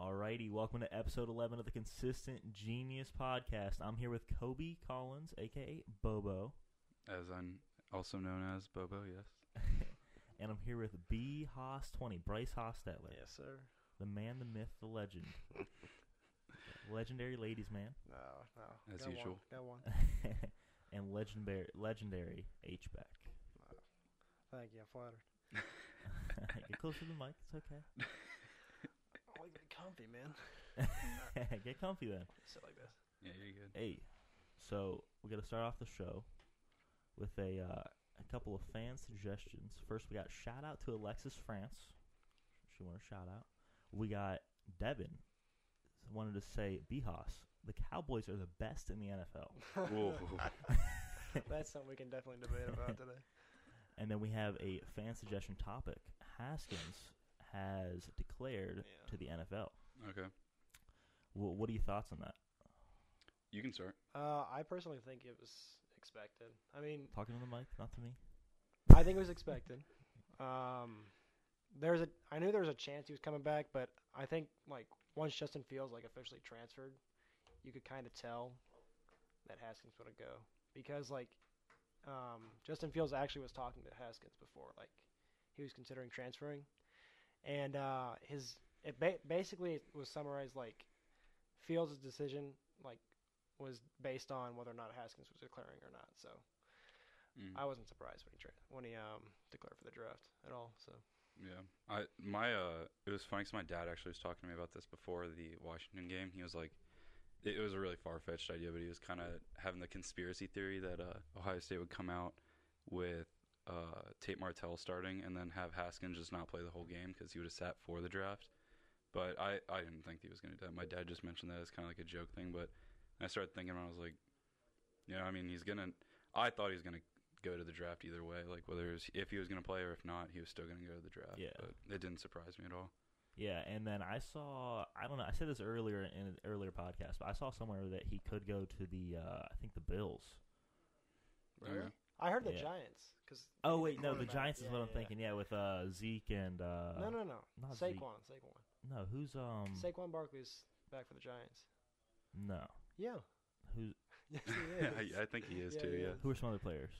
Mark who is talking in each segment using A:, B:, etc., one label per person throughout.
A: Alrighty, welcome to episode 11 of the Consistent Genius Podcast. I'm here with Kobe Collins, aka Bobo,
B: As I'm also known as Bobo, yes.
A: and I'm here with B Haas 20, Bryce Hostetler,
C: Yes, sir.
A: the man, the myth, the legend. legendary ladies man
C: No, no.
B: As
C: Go on,
B: usual.
C: go on.
A: and legendary legendary H-back.
C: Thank you. I'm flattered.
A: Get closer to the mic, it's okay.
C: I like to be comfy, man.
A: Get comfy then.
C: Sit like this.
B: Yeah, you're good.
A: Hey, so we're gonna start off the show with a uh, a couple of fan suggestions. First, we got shout out to Alexis France. She wanted a shout out. We got Devin wanted to say Behas. The Cowboys are the best in the NFL.
B: Whoa.
C: That's something we can definitely debate about today.
A: And then we have a fan suggestion topic. Haskins has declared
C: Yeah.
A: to the NFL.
B: okay.
A: Well, what are your thoughts on that?
B: You can start.
C: Uh, I personally think it was expected. I mean,
A: Talking to the mic, not to me.
C: I think it was expected. Um, there's a. I knew there was a chance he was coming back, but I think like once Justin Fields like officially transferred, you could kind of tell that Haskins would go because like um, Justin Fields actually was talking to Haskins before, like he was considering transferring, and uh, his it ba- basically it was summarized like Fields' decision like was based on whether or not Haskins was declaring or not. So
B: Mm.
C: I wasn't surprised when he tra- when he um declared for the draft at all. So
B: Yeah. I my uh it was funny 'cause my dad actually was talking to me about this before the Washington game. He was like it, it was a really far-fetched idea, but he was kind of having the conspiracy theory that uh Ohio State would come out with uh Tate Martell starting and then have Haskins just not play the whole game cuz he would have sat for the draft. But I I didn't think he was going to do that. My dad just mentioned that as kind of like a joke thing, but I started thinking and I was like yeah, I mean, he's gonna. I thought he was gonna go to the draft either way. Like whether it was, if he was gonna play or if not, he was still gonna go to the draft.
A: Yeah.
B: but it didn't surprise me at all.
A: Yeah, and then I saw I don't know I said this earlier in an earlier podcast, but I saw somewhere that he could go to the uh, I think the Bills.
B: Really?
C: I heard the
A: Yeah.
C: Giants because
A: Oh wait, no, the
C: Quarterback.
A: Giants is
C: Yeah,
A: what I'm
C: yeah,
A: thinking. Yeah, with uh, Zeke and uh,
C: no no no
A: not Zeke.
C: Saquon Saquon
A: no, who's um
C: Saquon Barkley's back for the Giants.
A: no
C: Yeah,
A: who
C: yes he is.
B: I, I think he is
C: Yeah,
B: too.
C: he
B: Yeah.
C: is.
A: who are some other players?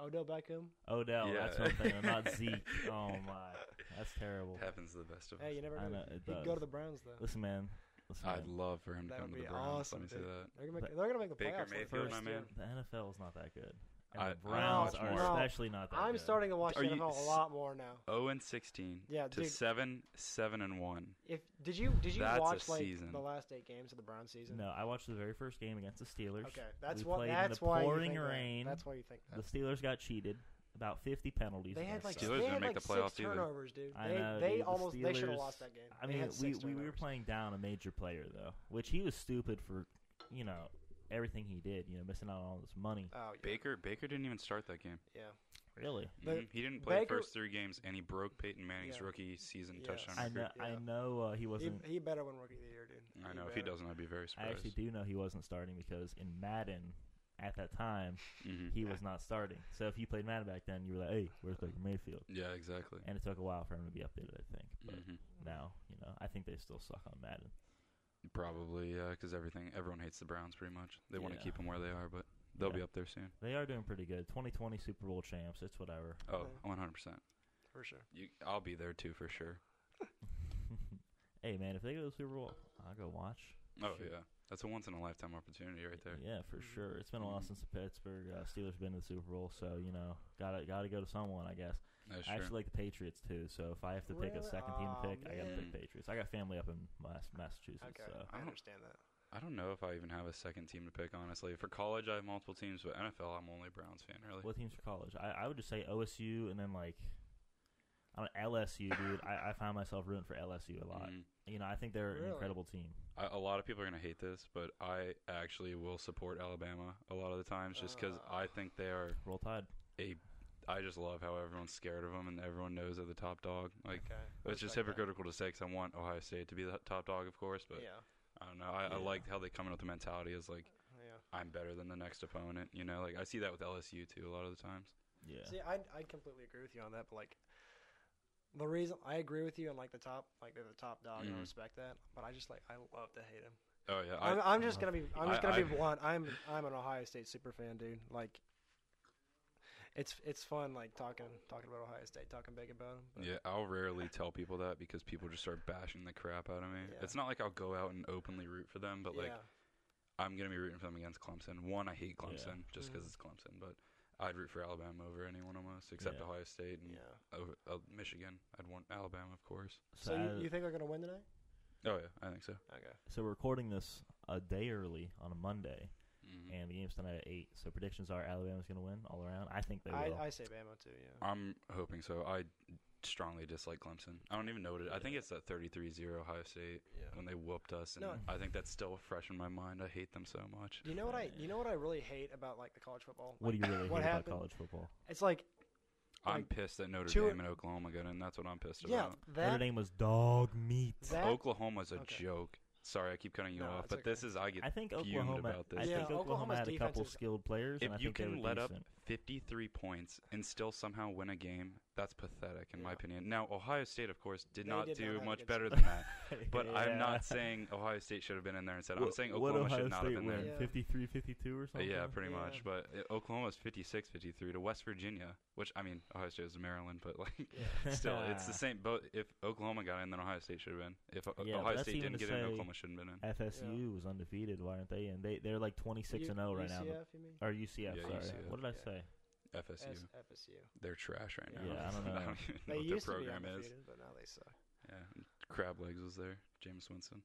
C: Odell Beckham.
A: Odell,
B: Yeah.
A: that's what I'm thinking. Not Zeke. Oh my, that's terrible.
B: It happens to the best of
C: Hey,
B: us.
C: you never
A: I
C: know.
A: know, it
C: He'd
A: does.
C: go to the Browns though.
A: Listen, man. Listen,
B: I'd
A: man.
B: love for him to
C: That
B: come
C: would
B: to the
C: be
B: Browns.
C: awesome.
B: Let me say
C: dude.
B: that.
C: They're gonna make,
A: But-
C: they're gonna make the
B: Baker
C: playoffs.
B: Mayfield,
C: Mayfield,
A: First,
B: my man.
A: the NFL is not that good. And
B: I- I
A: the
B: don't
A: Browns
B: watch
A: are
B: more.
A: especially not that.
C: I'm
A: good.
C: starting to watch
B: Are
C: the
B: you-
C: NFL a lot more now.
B: Zero Oh and sixteen.
C: Yeah,
B: to
C: dude.
B: seven, seven and one.
C: If did you did you
B: That's a
C: watch like
B: season.
C: the last eight games of the Browns season?
A: No, I watched the very first game against the Steelers.
C: Okay, that's
A: we
C: what.
A: played
C: That's
A: in the
C: why.
A: pouring
C: you think that.
A: rain.
C: That's why you think that.
A: The Steelers got cheated. About 50 penalties.
C: They
A: and
C: had
A: that
C: like
A: sucked.
B: Steelers
C: they
B: didn't
C: had
B: make
C: like
B: the
C: six
B: playoffs either.
C: turnovers, dude.
A: I
C: they
A: know,
C: they
A: dude, the
C: almost they should have
A: Steelers-
C: lost that game.
A: I
C: They
A: mean,
C: had
A: we,
C: six
A: we were
C: turnovers.
A: playing down a major player though, which he was stupid for, you know, everything he did. You know, missing out on all this money.
C: Oh yeah,
B: Baker Baker didn't even start that game.
C: yeah.
A: Really?
C: But
B: Mhm. He didn't play
C: Baker-
B: the first three games, and he broke Peyton Manning's
C: Yeah.
B: rookie season
C: Yes.
B: touchdown
A: I
B: record.
A: know. I
C: Yeah.
A: know uh, he
C: He,
A: wasn't.
C: he better win rookie of the year, dude.
B: I know. If he
C: better.
B: doesn't, I'd be very
A: I
B: surprised.
A: actually do know he wasn't starting because in Madden at that time
B: Mhm.
A: he was not starting. So if you played Madden back then, you were like, "Hey, where's Baker Mayfield?"
B: Yeah, exactly.
A: And it took a while for him to be updated. I think, but
B: Mhm.
C: Mm-hmm.
A: now you know, I think they still suck on Madden.
B: Probably, yeah, because everything everyone hates the Browns pretty much. They want to
A: Yeah.
B: keep them where they are, but they'll be
A: Yeah.
B: up there soon.
A: They are doing pretty good. 2020 Super Bowl champs. It's whatever.
B: Oh,
C: Yeah.
B: 100 percent.
C: for sure.
B: You, I'll be there too for sure.
A: hey man, if they go to the Super Bowl, I'll go watch.
B: Oh
A: Shoot.
B: yeah, that's a once in a lifetime opportunity right there.
A: Yeah, for
C: Mhm.
A: sure. It's been a while
B: Mhm.
A: since the Pittsburgh uh, Steelers been to the Super Bowl, so you know, gotta gotta go to someone, I guess. I
B: That's true.
A: actually like the Patriots too, so if I have to pick a
C: Really?
A: second team
C: Aw,
A: to pick, I gotta
B: man.
A: pick Patriots. I got family up in Mas- Massachusetts,
C: Okay,
A: so
C: I
B: I don't-
C: understand that.
B: I don't know if I even have a second team to pick honestly. For college, I have multiple teams, but NFL, I'm only a Browns fan really.
A: what teams for college? I, I would just say OSU and then like. I don't LSU, dude. I, I find myself rooting for LSU a lot.
B: Mhm.
A: You know, I think they're an
C: Really?
A: incredible team.
B: I, a lot of people are gonna hate this, but I actually will support Alabama a lot of the times just because
C: Uh.
B: I think they are
A: Roll Tide.
B: a. I just love how everyone's scared of them and everyone knows they're the top dog. Like
C: Okay, I
B: It's just
C: respect that.
B: hypocritical to say 'cause I want Ohio State to be the top dog, of course, but
C: Yeah,
B: I don't know. I,
A: Yeah.
B: I liked how they come in with the mentality is like
C: yeah.
B: I'm better than the next opponent. You know, like I see that with LSU too a lot of the times.
A: Yeah.
C: See, I I completely agree with you on that, but like, The reason I agree with you on like the top, like they're the top dog, and I
B: Mhm.
C: respect that. But I just like I love to hate him.
B: Oh yeah, I,
C: I'm, I'm just gonna be I'm just
B: I-
C: gonna
B: I-
C: be blunt. I'm I'm an Ohio State super fan, dude. Like, it's it's fun like talking talking about Ohio State, talking big about them.
B: yeah. I'll rarely tell people that because people just start bashing the crap out of me.
C: Yeah.
B: It's not like I'll go out and openly root for them, but like I'm gonna be rooting for them against Clemson. One, I hate
A: Yeah.
B: Clemson just 'cause
C: Mhm.
B: it's Clemson, but I'd root for Alabama over anyone almost, except
A: Yeah.
B: Ohio State and
C: yeah.
B: over, uh, Michigan. I'd want Alabama, of course.
C: So
A: Sad-
C: you, you think they're gonna win today?
B: Oh yeah, I think so.
C: Okay.
A: So we're recording this a day early on a Monday,
B: Mhm.
A: and the game's tonight at eight. So predictions are Alabama's going to win all around. I think they will.
C: I, I say Bama too. Yeah.
B: I'm hoping so. I strongly dislike Clemson. I don't even know what it. I think it's that 33-0 Ohio State
C: yeah.
B: when they whooped us, and
C: No.
B: I think that's still fresh in my mind. I hate them so much.
C: You know what I you know what I really hate about like the college football.
A: what do you really
C: What
A: hate about
C: happened?
A: college football?
C: It's like
B: I'm
C: Like,
B: pissed that Notre
C: two-
B: Dame and Oklahoma got in. That's what I'm pissed
C: yeah
B: about.
A: Notre
C: that
A: Dame was dog meat.
C: that
B: Oklahoma's a
C: Okay.
B: joke. Sorry, I keep cutting you
C: No,
B: off,
C: it's
B: but
C: okay.
B: this is I get
A: I think
B: fumed
A: Oklahoma.
B: about
A: I
B: this.
A: think
C: Yeah,
A: Oklahoma
C: Oklahoma's
A: had a couple
C: defense is-
A: skilled players.
B: if
A: and I
B: you
A: think they
B: can
A: were
B: let
A: decent.
B: up 53 points and still somehow win a game, that's pathetic in my
C: Yeah.
B: opinion. Now, Ohio State, of course, did
C: They
B: not
C: did not
B: do
C: have a
B: much
C: good
B: better
A: season.
B: than that. But I'm
A: Yeah.
B: not saying Ohio State should have been in there instead. I'm
A: What-
B: saying
A: what
B: Oklahoma
A: Ohio
B: should not
A: State
B: have been there.
A: win?
C: Yeah.
A: 53 52 or
B: Uh,
A: something?
B: Yeah, pretty
C: Yeah.
B: much. But uh, Oklahoma's 56 53 to West Virginia, which, I mean, Ohio State is Maryland, but like. Still, it's the same. But if Oklahoma got in, then Ohio State should have been. If O-
A: Yeah, but
B: Ohio
A: that's
B: State
A: even
B: didn't
A: to
B: get in,
A: say-
B: Oklahoma shouldn't have been in.
A: FSU was undefeated. Why aren't they in? They, they're like 26
C: U-
A: and 0 right now.
C: UCF, you mean?
A: Or UCF,
B: Yeah,
A: sorry.
B: UCF.
A: What did I
C: Yeah.
A: say?
B: FSU,
C: S- FSU.
B: they're trash right now.
A: Yeah, I don't know.
B: even know
C: They
B: what their
C: used to be
B: program is.
C: undefeated, but now they suck.
B: Yeah, and crab legs was there. James Winston.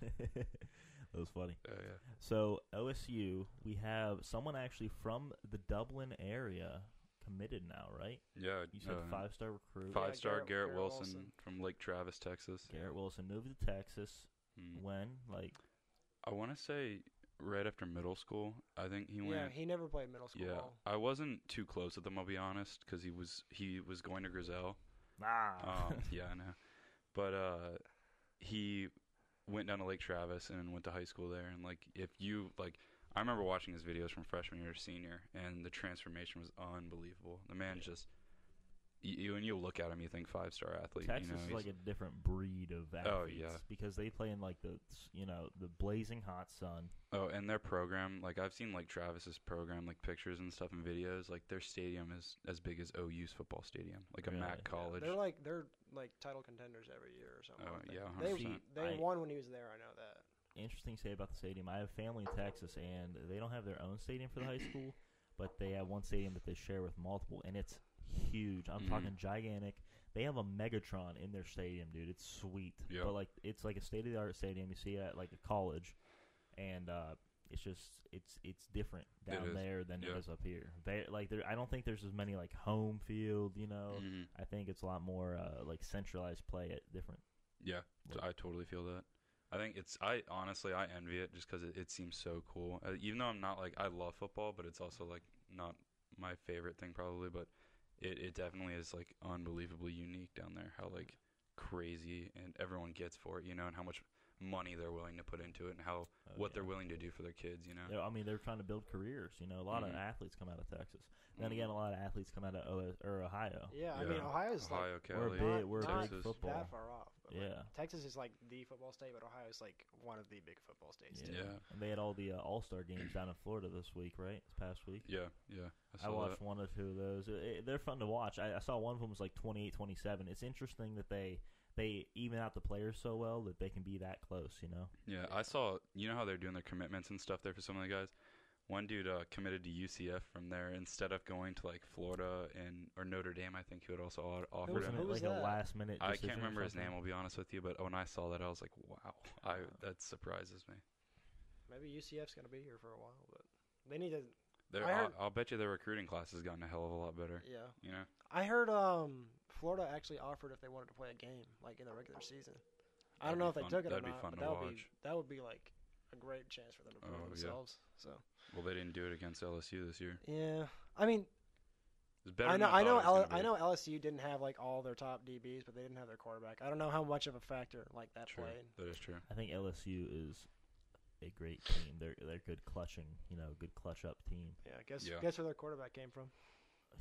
A: that was funny.
B: Oh yeah.
A: So OSU, we have someone actually from the Dublin area committed now, right?
B: Yeah.
A: You said
B: uh,
A: five star recruit.
B: five
C: Yeah,
B: star
C: Garrett-
B: Garrett,
C: Garrett
B: Wilson,
C: Wilson.
B: from Lake Travis, Texas.
A: Garrett Wilson moved to Texas.
B: Mm.
A: When? Like
B: I want to say right after middle school. I think he
C: yeah,
B: went.
C: he never played middle school.
B: yeah,
C: ball.
B: I wasn't too close with him. I'll be honest, because he was he was going to Grizel.
A: ah.
B: Um, yeah, I know. But uh, he went down to Lake Travis and went to high school there. And like, if you like, I remember watching his videos from freshman year to senior, and the transformation was unbelievable. The man just, you, you when you look at him, you think five star athlete.
A: Texas
B: you know,
A: is
B: he's-
A: like a different breed of
B: Oh,
A: athletes
B: yeah.
A: because they play in like the s- you know the blazing hot sun.
B: Oh, and their program, like I've seen like Travis's program, like pictures and stuff and videos, like their stadium is as big as OU's football stadium, like a
A: Really? Yeah,
B: Mac college.
C: They're like they're like title contenders every year or something.
B: Oh,
C: I think.
B: yeah,
C: they
B: 100%.
C: they
A: I-
C: won when he was there. I know that.
A: Interesting to say about the stadium. I have family in Texas, and they don't have their own stadium for the high school, but they have one stadium that they share with multiple, and it's huge. I'm
B: Mhm.
A: talking gigantic. They have a Megatron in their stadium, dude. It's sweet,
B: Yeah.
A: but like it's like a state of the art stadium you see at like a college, and uh, it's just it's it's different
B: It
A: down
B: is.
A: there than
B: Yeah.
A: it is up here. They like there. I don't think there's as many like home field, you know.
B: Mhm.
A: I think it's a lot more uh, like centralized play at different.
B: Yeah, t- I totally feel that. I think it's I honestly I envy it just because it, it seems so cool. Uh, even though I'm not like I love football, but it's also like not my favorite thing probably. But it it definitely is like unbelievably unique down there. How like crazy and everyone gets for it, you know, and how much money they're willing to put into it, and how
A: uh, Oh,
B: what they're willing to do for their kids, you know.
A: They're- I mean, they're trying to build careers. You know, a lot
B: Mhm.
A: of athletes come out of Texas. Then again,
B: Mm-hmm.
A: a lot of athletes come out of o- or Ohio.
C: Yeah, I mean
B: Yeah.
C: Ohio's like
B: Ohio,
A: We're
B: Cali,
A: big. We're a big
B: Texas.
A: football.
C: that far off. but, like,
A: Yeah.
C: Texas is like the football state, but Ohio's like one of the big football states.
A: Yeah.
C: Too.
B: Yeah.
A: And they had all the uh, All Star games down in Florida this week, right? This past week.
B: Yeah, yeah.
A: I
B: saw
A: watched one or two of those. It- it- they're fun to watch. I, I saw one of them was like 28 27. It's interesting that they they even out the players so well that they can be that close, you know?
B: Yeah, I saw. You know how they're doing their commitments and stuff there for some of the guys. One dude uh, committed to UCF from there instead of going to like Florida and or Notre Dame. I think he would also au- offered
C: was-
A: Wasn't
B: him.
A: it
C: who was
A: like a
C: that?
A: last minute
B: I
A: decision
B: can't
A: or
B: remember his
A: something?
B: name. I'll be honest with you, but when I saw that, I was like, "Wow, I that surprises me."
C: Maybe UCF's gonna be here for a while, but they need to.
B: They're,
C: I
B: I
C: heard-
B: I'll bet you their recruiting class has gotten a hell of a lot better.
C: Yeah,
B: You know,
C: I heard um Florida actually offered if they wanted to play a game like in the regular season. I
B: That'd
C: don't know
B: be
C: if
B: fun-
C: they took it
B: that'd
C: or
B: be
C: not,
B: fun
C: but
B: to
C: that would be
B: watch.
C: that would be like a great chance for them to
B: Oh,
C: promote
B: yeah.
C: themselves. So
B: well they didn't do it against LSU this year.
C: yeah, I mean,
B: It's better.
C: I
B: than
C: know, I
B: thought
C: know,
B: it was
C: L-
B: gonna
C: I
B: be.
C: know LSU didn't have like all their top DBs, but they didn't have their quarterback. I don't know how much of a factor like that
B: True.
C: played.
B: That is true.
A: I think LSU is a great team. They're they're good clutching, you know, good clutch up team.
C: Yeah, guess
B: Yeah.
C: guess where their quarterback came from?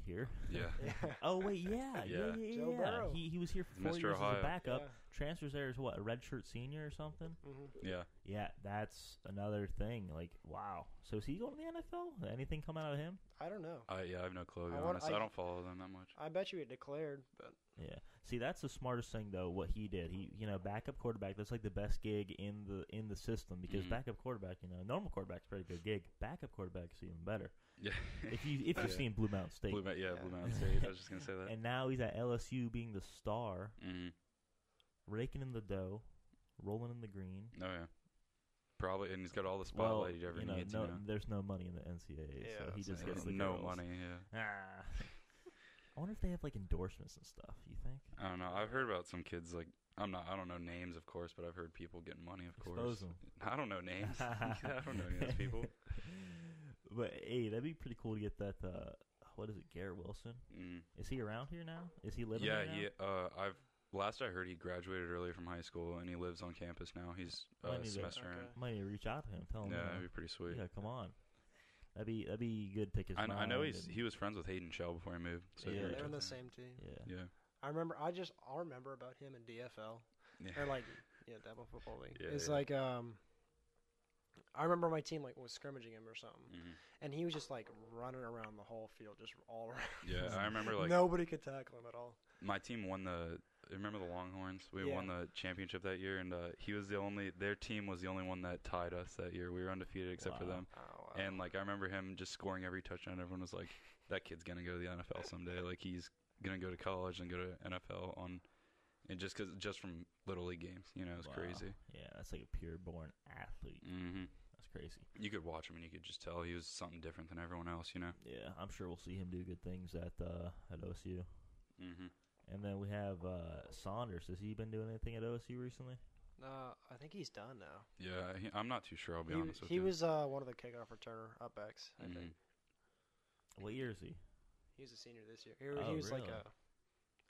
A: here.
B: Yeah.
C: Yeah.
A: Oh wait, yeah, yeah, yeah,
B: Yeah.
A: yeah.
C: Joe
A: yeah.
C: Burrow.
A: He he was here for four
B: Mr.
A: years as a
B: Ohio.
A: backup. Transfers there as what a redshirt senior or something.
C: Yeah. Mhm.
B: Yeah.
A: Yeah, that's another thing. Like, wow. So is he going to the NFL? Anything come out of him?
C: I don't know.
B: I yeah, I have no clue. to
C: I
B: be
C: wanna-
B: honest.
C: I-
B: I don't follow them that much.
C: I bet you it declared, but
A: Yeah. See, that's the smartest thing though. What he did, he you know backup quarterback. That's like the best gig in the in the system because
B: Mhm.
A: backup quarterback, you know, normal quarterback's a pretty good gig. Backup quarterback's even better.
B: Yeah.
A: If you if you've
B: Yeah.
A: seen Blue Mountain State,
B: Blue Mountain, yeah,
C: Yeah.
B: Blue Mountain State. I was just gonna say that.
A: and now he's at LSU being the star,
B: mm
A: raking in the dough, rolling in the green.
B: Oh yeah. Probably, and he's got all the spotlight
A: Well,
B: he'd ever
A: you know,
B: needs.
A: no,
B: you know,
A: there's no money in the NCAA, so
C: Yeah,
A: he
B: So
A: just
B: he
A: gets
B: has
A: the
B: no
A: girls.
B: money. Yeah.
A: Ah. I wonder if they have like endorsements and stuff. You think?
B: I don't know. I've heard about some kids like I'm not. I don't know names, of course, but I've heard people getting money, of
A: Expose
B: course.
A: 'em.
B: I don't know names. I don't know names, people.
A: But hey, that'd be pretty cool to get that. Uh, what is it, Garrett Wilson?
B: Mm.
A: Is he around here now? Is he living?
B: Yeah,
A: here now?
B: he. Uh, I've last I heard he graduated early from high school and he lives on campus now. He's
A: Might
B: uh,
A: need to-
B: semester
C: Okay.
B: in.
A: Might need to reach out to him. Tell him.
B: yeah,
A: uh,
B: that'd be pretty sweet.
A: yeah, come on. That'd be that'd be good. Pick his
B: I, kn- I know
A: mind
B: he's
A: and-
B: he was friends with Hayden Shell before he moved. So he
A: Yeah,
C: yeah,
B: reached
C: they're
B: out
C: in the
B: to him.
C: same team.
A: yeah.
B: Yeah.
C: I remember. I just all remember about him in DFL
B: Yeah.
C: or like yeah, Devil Football League.
B: Yeah,
C: it's
B: yeah.
C: like um, I remember my team like was scrimmaging him or something,
B: Mhm.
C: and he was just like running around the whole field, just all around.
B: Yeah, I remember like
C: Nobody could tackle him at all.
B: my team won the. Remember the Longhorns? We
C: Yeah.
B: won the championship that year, and uh, he was the only. Their team was the only one that tied us that year. We were undefeated except for
A: Wow.
B: them.
C: Oh, wow.
B: And like I remember him just scoring every touchdown. Everyone was like, "That kid's gonna go to the NFL someday. Like he's gonna go to college and go to NFL on." And just cause, just from little league games, you know, it's
A: Wow.
B: crazy.
A: Yeah, that's like a pure born athlete.
C: Mm-hmm.
B: hmm
A: That's crazy.
B: You could watch him and you could just tell he was something different than everyone else, you know.
A: Yeah, I'm sure we'll see him do good things at uh, at OSU.
C: Mm-hmm.
B: hmm
A: And then we have uh, Saunders. Has he been doing anything at OSU recently?
C: uh, I think he's done now.
B: Yeah, he, I'm not too sure. I'll be
C: He,
B: honest with
C: he
B: you.
C: was uh, one of the kickoff returner upbacks. I think
B: Mhm.
A: What year is he?
C: he was a senior this year. He, w-
A: Oh,
C: he was like
A: really?
C: a.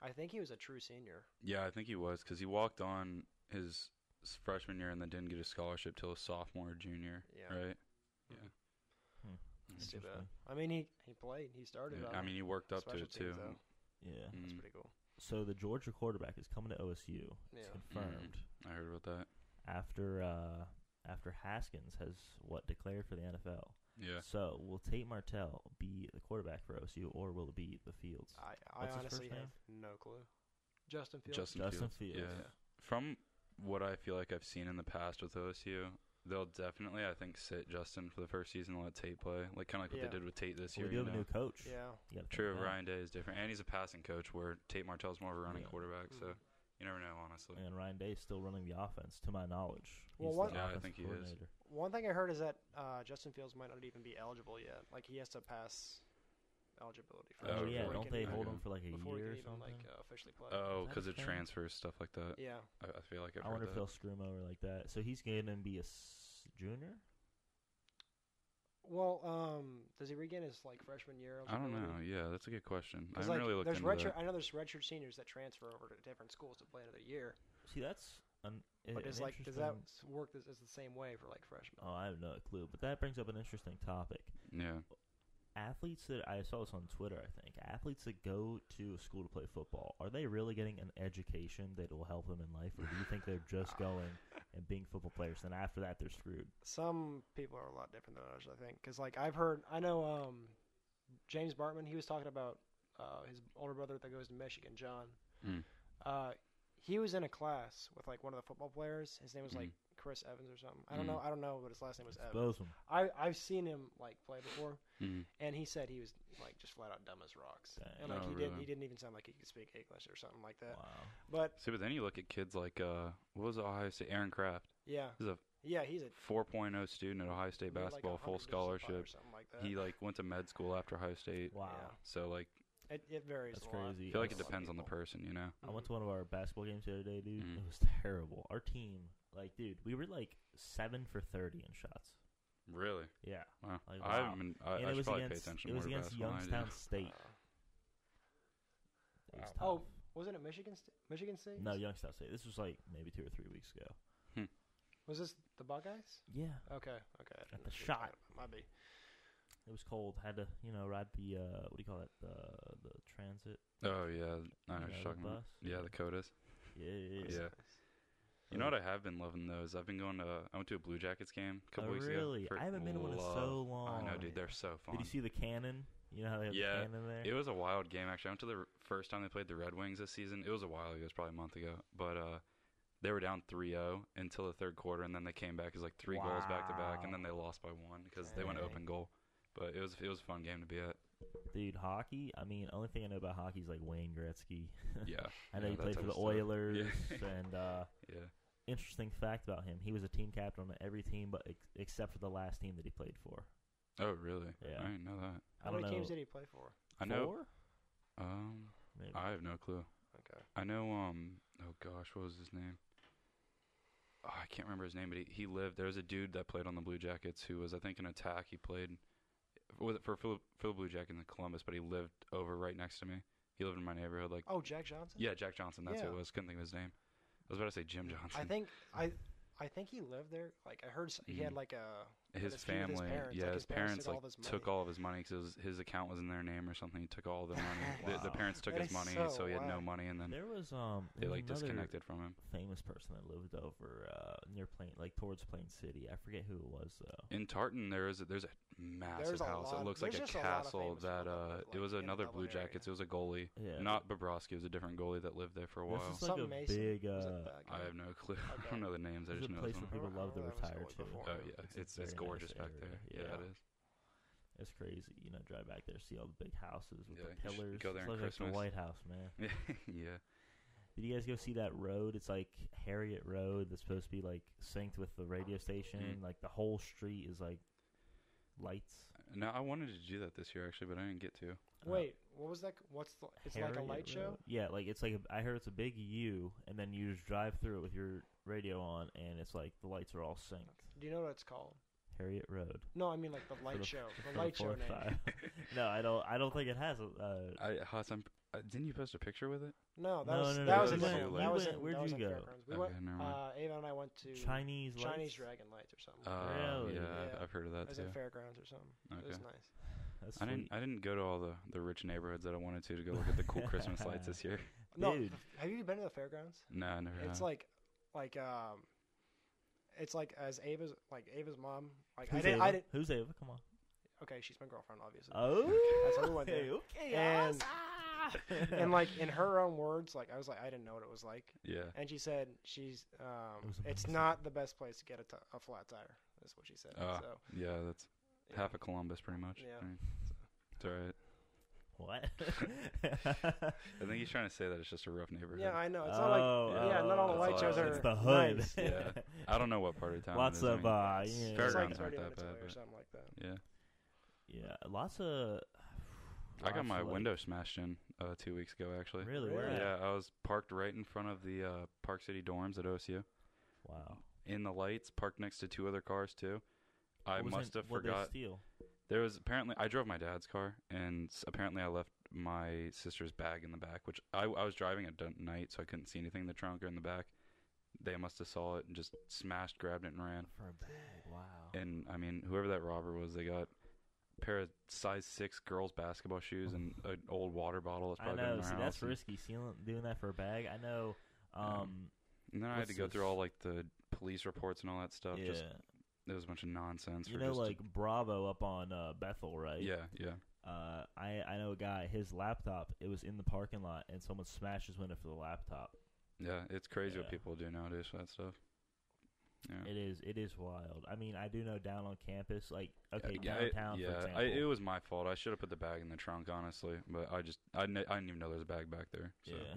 C: I think he was a true senior.
B: Yeah, I think he was because he walked on his s- freshman year and then didn't get a scholarship till his sophomore or junior,
C: Yeah.
B: right?
C: It's too bad.
A: Interesting.
C: I mean, he, he played. He started.
B: Yeah,
C: on
B: I mean, he worked up to
C: special
B: it too.
C: teams, though.
A: Yeah.
B: Mm,
C: That's pretty cool.
A: So the Georgia quarterback is coming to OSU. It's
C: Yeah.
A: confirmed
B: I heard about that.
A: after uh, after Haskins has what declared for the NFL.
B: Yeah,
A: So will Tate Martell be the quarterback for OSU, or will it be the Fields?
B: Ah,
C: I, I
A: What's his
C: honestly
A: first name?
C: have no clue. Justin Fields.
B: Justin,
A: Justin
B: Fields.
A: Fields.
B: Yeah. From what I feel like I've seen in the past with OSU, they'll definitely, I think, sit Justin for the first season and let Tate play, like kind of like what
C: Yeah.
B: they did with Tate this
A: we
B: year.
A: do
B: you
A: have a
B: know?
A: new coach.
C: Yeah.
A: You gotta think
B: True,
A: of that.
B: Ryan Day is different, and he's a passing coach, where Tate Martell's more of a running
A: Yeah.
B: quarterback. So
C: Mhm.
B: you never know, honestly.
A: And Ryan Day is still running the offense, to my knowledge.
C: Well,
A: He's
C: what-
A: the
B: Yeah, I
A: offensive
B: think he is.
A: coordinator.
C: One thing I heard is that uh, Justin Fields might not even be eligible yet. Like he has to pass eligibility for
A: Oh,
B: Oh,
A: yeah,
B: okay.
A: don't they hold him
B: Okay.
A: for like a
C: before he
A: year
C: can
A: or
C: even
A: something?
C: like uh, officially play?
B: Oh,
A: that a
B: because of
A: thing?
B: transfers stuff like that.
C: yeah.
B: I, I feel like I've
A: I
B: heard
A: wonder if
B: that.
A: they'll screw him over like that. So he's going to be a s- junior.
C: Well, um, does he regain his like freshman year?
B: I don't know.
C: eligibility?
B: Yeah, that's a good question. I
C: 'Cause,
B: haven't
C: like,
B: really looked
C: there's
B: into
C: redshirt,
B: that.
C: I know there's redshirt seniors that transfer over to different schools to play another year,
A: See, that's an, i-
C: but
A: an
C: it's like does that
A: interesting-
C: s- work? Is the same way for like
B: Uh,
C: freshmen?
A: Oh, I have no clue. But that brings up an interesting topic.
B: Yeah.
A: Athletes that I saw this on Twitter, I think. Athletes that go to a school to play football, are they really getting an education that will help them in life, or do you think they're just going and being football players, and after that they're screwed?
C: Some people are a lot different than others, I think, because like I've heard, I know um, James Bartman. He was talking about uh, his older brother that goes to Michigan, John.
B: Mm.
C: Uh, he was in a class with like one of the football players. His
B: Hmm.
C: name was like Chris Evans or something. I don't
B: Mm.
C: know. I don't know what his last name was. Evans.
A: Expose 'em.
C: I I've seen him like play before,
B: Mm.
C: and he said he was like just flat out dumb as rocks,
A: Dang.
C: and like
B: Oh,
C: he didn't
B: really?
C: he didn't even sound like he could speak English or something like that.
A: Wow.
C: But
B: See, but then you look at kids like uh, what was it, Ohio State? Aaron Kraft.
C: yeah,
B: He's a
C: yeah, he's a
B: 4.0 student at Ohio State
C: he had, like,
B: basketball, full
C: 100 or something
B: scholarship.
C: or something like that.
B: He like went to med school after Ohio State.
A: Wow.
C: Yeah.
B: So like,
C: it, it varies.
A: That's
C: a lot.
A: crazy.
B: I feel like
A: I
B: it
A: saw
B: depends on the
C: people.
B: person, you know.
A: I went to one of our basketball games the other day, dude.
B: Mhm.
A: It was terrible. Our team, like, dude, we were like seven for thirty in shots.
B: Really?
A: Yeah,
B: Wow.
A: Like,
B: I
A: wow.
B: haven't been. I,
A: and
B: I
A: it
B: should
A: was
B: probably
A: against
B: pay attention
A: it was
B: more to
A: against
B: basketball than I do.
A: Youngstown State.
C: Uh,
A: It was
C: Oh.
A: tough.
C: wasn't it Michigan St- Michigan State?
A: no, Youngstown State. This was like maybe two or three weeks ago.
C: Was this the Buckeyes?
A: Yeah,
C: Okay, okay. I didn't
A: the
C: know if you were
A: shot.
C: talking about- Might be.
A: It was cold. Had to, you know, ride the uh, what do you call it? The the transit.
B: Oh
A: you
B: yeah, I know what
A: know,
B: you're
A: the
B: talking about.
A: bus.
B: Yeah, the Codas.
A: Yeah, yeah, yeah. Uh,
B: Yeah. You know what I have been loving those. I've been going to. I went to a Blue Jackets game a couple
A: Oh,
B: weeks ago.
A: really?
B: for
A: I haven't been to one in
B: love-
A: so long.
B: I know, dude. They're so fun.
A: Did you see the cannon? You know how they have
B: Yeah,
A: the cannon there.
B: It was a wild game, actually. I went to the r- first time they played the Red Wings this season. It was a while ago. It was probably a month ago. But uh, they were down 3 0 until the third quarter, and then they came back as like three goals back to back, and then they lost by one because they went
A: Dang.
B: open goal. But it was it was a fun game to be at.
A: Dude, hockey. I mean, only thing I know about hockey is like Wayne Gretzky.
B: Yeah.
A: I know
B: yeah,
A: he
B: that
A: played
B: type
A: for
B: of
A: the
B: stuff.
A: Oilers, and uh,
B: Yeah.
A: interesting fact about him: he was a team captain on every team, but ex- except for the last team that he played for.
B: Oh, really?
A: Yeah.
B: I didn't know that.
A: I
C: How
A: don't
C: many
A: know.
C: teams did he play for?
B: I know.
A: Four?
B: Um,
A: Maybe.
B: I have no clue.
C: Okay.
B: I know. Um. Oh gosh, what was his name? Oh, I can't remember his name, but he, he lived. There was a dude that played on the Blue Jackets who was, I think, an attack. He played was it for Phil, Phil Blue Jacket in Columbus, but he lived over right next to me. He lived in my neighborhood. Like,
C: Oh, Jack Johnson.
B: yeah, Jack Johnson. That's who
C: Yeah.
B: it was. Couldn't think of his name. I was about to say Jim Johnson.
C: I think I, I think he lived there. Like I heard s he
B: Mhm.
C: had like a
B: his
C: it's he with his
B: family,
C: parents,
B: yeah,
C: like,
B: his
C: his
B: parents
C: parents took all
B: like
C: of his
B: took
C: money.
B: all of his money because his account was in their name or something. He took all the money. the, the
A: Wow.
B: parents took
C: That
B: his
C: is
B: money,
C: so
B: so he had no
C: whack.
B: money, and then
A: There was um.
B: they
A: there was
B: like
A: another
B: disconnected from him.
A: Famous person that lived over uh, near Plain, like towards Plain City. I forget who it was though.
B: In Tartan, there is a, there's a massive
C: a
B: house.
C: lot-
B: it looks
C: there's
B: like a
C: just a lot of
B: castle
C: famous
B: that
C: people that
B: uh,
C: live,
B: it
C: like,
B: was
C: in the
B: another Blue
C: Dublin area.
B: Jackets. It was a goalie,
A: Yeah.
B: not Bobrovsky. It was a different goalie that lived there for a
A: This
B: while.
A: is like
C: Something
A: a
C: Mason.
A: big.
C: Was it
A: Uh,
C: that guy?
B: I have no clue. I
C: Okay.
B: don't know the names. I
A: There's a
B: just know
A: place
B: this
A: where
B: one.
A: people
C: I
A: love to
C: remember that was
A: retire
C: going
A: to.
C: before.
B: Oh
C: are.
B: yeah,
A: It's a
B: it's
A: very
B: it's
A: nice
B: gorgeous back
A: area,
B: there. Yeah,
A: yeah.
B: it is.
A: It's crazy, you know. Drive back there, see all the big houses with
B: Yeah, you
A: the
B: should
A: pillars.
B: go there
A: it's like,
B: on
A: like the
B: Christmas.
A: White House, man.
B: yeah,
A: Did you guys go see that road? It's like Harriet Road that's supposed to be like synced with the radio
C: Mm-hmm.
A: station.
B: Mhm.
A: Like the whole street is like lights.
B: no, I wanted to do that this year actually, but I didn't get to.
A: Uh,
C: Wait, what was that? c- What's the? It's like a
A: Harriet
C: light show.
A: Road. Yeah, like it's like a, I heard it's a big U, and then you just drive through it with your radio on, and it's like the lights are all synced.
C: Do you know what it's called?
A: Harriet Road.
C: No, I mean like the light
A: the-
C: show.
A: for
C: The light show
A: four
C: name.
A: and five. no, I don't. I don't think it has. A, uh,
B: I Haas, I'm, uh, didn't you post a picture with it?
C: No, that
A: No,
C: was
A: no,
C: that
B: no,
C: was
B: you
C: in
B: went-
C: that
B: you
C: was
A: went-
C: in,
A: where'd
C: that was
A: you
C: in
A: go?
C: Fairgrounds. We
B: okay,
C: went.
B: never mind.
C: Uh, Ava and I went to
A: Chinese lights.
C: Chinese Dragon Lights or something.
B: Uh,
A: really?
B: Yeah,
C: Yeah.
B: I've heard of
C: it
B: that
C: was
B: too.
C: in Fairgrounds or something. It was
B: Okay.
C: nice.
A: That's
B: I didn't.
A: sweet.
B: I didn't go to all the, the rich neighborhoods that I wanted to to go look at the cool Christmas lights this year.
C: No,
A: Dude.
C: have you been to the fairgrounds?
B: No, I never.
C: It's
B: have.
C: like, like um, it's like as Ava's like Ava's mom. Like I
A: Who's
C: didn't,
A: Ava?
C: I didn't.
A: Who's Ava? Come on.
C: Okay, she's my girlfriend, obviously.
A: Oh,
C: That's how we went
A: okay,
C: there.
A: okay,
C: And-
A: awesome.
C: and like in her own words, like I was like I didn't know what it was like,
B: yeah.
C: and she said she's um,
A: was
C: it's
A: amazing.
C: not the best place to get a, t- a flat tire. That's what she said.
B: Ah,
C: so
B: Yeah, that's
C: yeah.
B: half of Columbus, pretty much.
C: Yeah.
B: I mean, it's all right.
A: what?
B: I think he's trying to say that it's just a rough neighborhood.
C: yeah, I know. It's not like
B: Oh,
C: yeah, not all the
B: oh,
C: light shows
B: it's
C: are
A: It's the hood.
C: nice.
B: Yeah. I don't know what part of town. it
A: Lots
B: is, I
A: of,
B: mean,
A: uh,
C: It's-
A: yeah.
C: it's
B: Fairgrounds
C: like
B: aren't
C: 30
B: that
C: minutes away
B: bad,
C: or
B: but-
C: something like that.
B: yeah.
A: yeah, lots of.
B: I got
A: lots
B: my
A: of, like-
B: window smashed in uh, two weeks ago, actually.
A: Really? Where?
C: Really?
A: at?
B: Yeah, I was parked right in front of the uh, Park City dorms at OSU.
A: Wow.
B: In the lights, parked next to two other cars too. I
A: What was
B: must
A: in-
B: have
A: what'd they
B: forgot.
A: steal?
B: There was apparently I drove my dad's car, and s- apparently I left my sister's bag in the back, which I, I was driving at dun- night, so I couldn't see anything in the trunk or in the back. They must have saw it and just smashed, grabbed it, and ran.
A: For a bag. Wow.
B: And I mean, whoever that robber was, they got a pair of size six girls basketball shoes and an old water bottle. That's
A: I
B: probably been in
A: know.
B: our
A: See,
B: house.
A: that's
B: and,
A: risky. Stealing, doing that for a bag. I know. Um,
B: Um, and then I had to
A: What's
B: go through
A: this?
B: all like the police reports and all that stuff.
A: yeah.
B: Just there was a bunch of nonsense.
A: you
B: for
A: know,
B: just a-
A: like Bravo up on uh, Bethel, right?
B: yeah, yeah.
A: Uh, I I know a guy. His laptop. It was in the parking lot, and someone smashed his window for the laptop.
B: Yeah, it's crazy
A: Yeah.
B: what people do nowadays for that stuff. Yeah.
A: It is. It is wild. I mean, I do know down on campus, like okay,
B: yeah, I-
A: downtown.
B: yeah,
A: for example,
B: I, it was my fault. I should have put the bag in the trunk, honestly. But I just, I, kn- I didn't even know there was a bag back there. So.
A: yeah.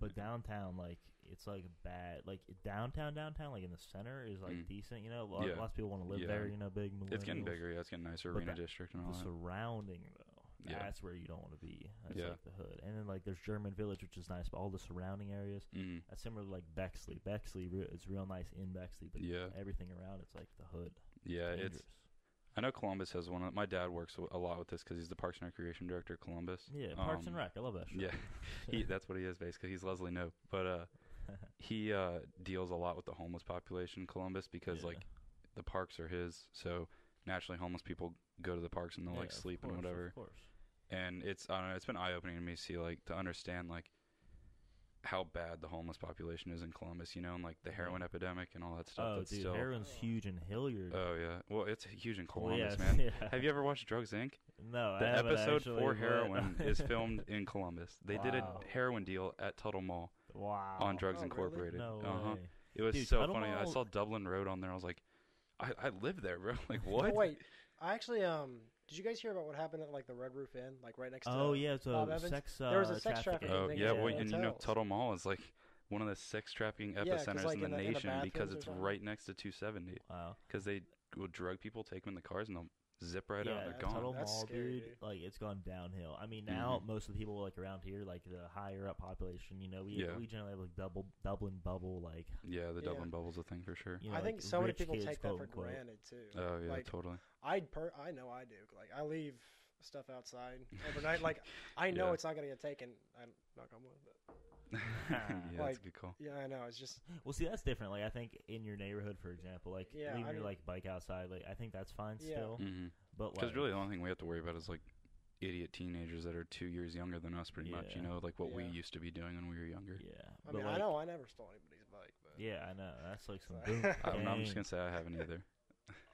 A: But downtown, like it's like bad. Like downtown, downtown, like in the center is like
B: Mm.
A: decent. You know, Lo- lots,
B: Yeah.
A: of people want to live
B: Yeah.
A: there. You know, big.
B: It's getting
A: millennials.
B: bigger. Yeah, it's getting nicer.
A: But
B: Arena
A: the-
B: district and all
A: The
B: that.
A: surrounding though.
B: Yeah.
A: That's where you don't want to be. That's
B: Yeah.
A: like the hood. And then like there's German Village, which is nice, but all the surrounding areas.
B: Mm,
A: That's similar to like Bexley. Bexley, re- it's real nice in Bexley, but
B: yeah,
A: everything around it's like the hood.
B: yeah. It's.
A: Dangerous.
B: I know Columbus has one. of- My dad works a lot with this because he's the Parks and Recreation director at Columbus.
A: yeah, Parks
B: um,
A: and Rec. I love that show.
B: Yeah, he, that's what he is basically. He's Leslie No, but uh, he uh deals a lot with the homeless population in Columbus because
A: Yeah.
B: like the parks are his. So naturally homeless people go to the parks and they'll like
A: Yeah, of
B: sleep
A: course,
B: and whatever.
A: Of course.
B: And it's I don't know, it's been eye opening to me to see like to understand like how bad the homeless population is in Columbus, you know, and like the heroin epidemic and all that stuff.
A: Oh,
B: that's
A: dude,
B: still
A: heroin's
C: Oh.
A: huge in Hilliard.
B: Oh yeah. Well, it's huge in
A: Well,
B: Columbus,
A: yes,
B: man.
A: yeah.
B: Have you ever watched Drugs Inc?
A: No,
B: The
A: I haven't
B: episode
A: actually,
B: for
A: but-
B: heroin is filmed in Columbus. They did a
A: Wow.
B: heroin deal at Tuttle Mall
A: wow.
B: on Drugs
C: Oh, really?
B: Incorporated.
A: No way.
B: Uh-huh. It was
A: Dude,
B: so
A: Tuttle
B: funny. I
A: Mall-
B: saw Dublin Road on there. I was like, I, I live there, bro. Like what?
C: Oh, wait, I actually um, did you guys hear about what happened at like the Red Roof Inn, like right next to?
A: Oh yeah, so
C: Bob Evans?
A: sex. Uh,
C: There was a sex
A: trafficking.
C: trafficking
B: Oh
C: thing
B: yeah,
C: is
B: well,
C: in
B: and you know
C: hotels.
B: Tuttle Mall is like one of the sex trafficking
C: Yeah, 'cause,
B: epicenters
C: like,
B: in the
C: in the- in the
B: nation because
C: bathrooms or
B: it's
C: something.
B: right next to 270.
A: Wow.
B: Because they will drug people, take them in the cars, and they'll zip right out.
A: yeah,
B: They're
C: that's
B: gone.
A: Tuttle
C: That's
A: Mall,
C: scary,
A: dude,
C: dude.
A: Like it's gone downhill. I mean, now
B: Mhm.
A: most of the people like around here, like the higher up population, you know, we
B: Yeah.
A: we generally have like double Dublin bubble, like
B: Yeah, the
C: Yeah.
B: Dublin bubble's a thing for sure.
A: you know,
C: I
A: like,
C: think so many
A: rich
C: people
A: kids,
C: take that
A: quote,
C: for
A: unquote.
C: granted too.
B: Oh yeah,
C: like,
B: totally.
C: I per I know I do. Like I leave stuff outside overnight. like I know
B: Yeah.
C: it's not gonna get taken. I'm not gonna. But
B: yeah, that's a
C: Like,
B: good call.
C: yeah, I know. It's just
A: Well, see, that's different. Like I think in your neighborhood, for example, like
C: Yeah,
A: leaving
C: I
A: your
C: mean-
A: like bike outside, like I think that's fine
C: Yeah.
A: still.
B: hmm
A: But like,
B: Because really, the only thing we have to worry about is like idiot teenagers that are two years younger than us, pretty much. You
A: Yeah.
B: know, like what we
C: Yeah.
B: used to be doing when we were younger.
A: yeah,
C: I
A: but,
C: mean, I
A: like,
C: know I never stole anybody's bike. But
A: Yeah, I know. That's like some.
C: So-
A: boom.
B: I'm, I'm just
A: Dang.
B: gonna say I haven't either.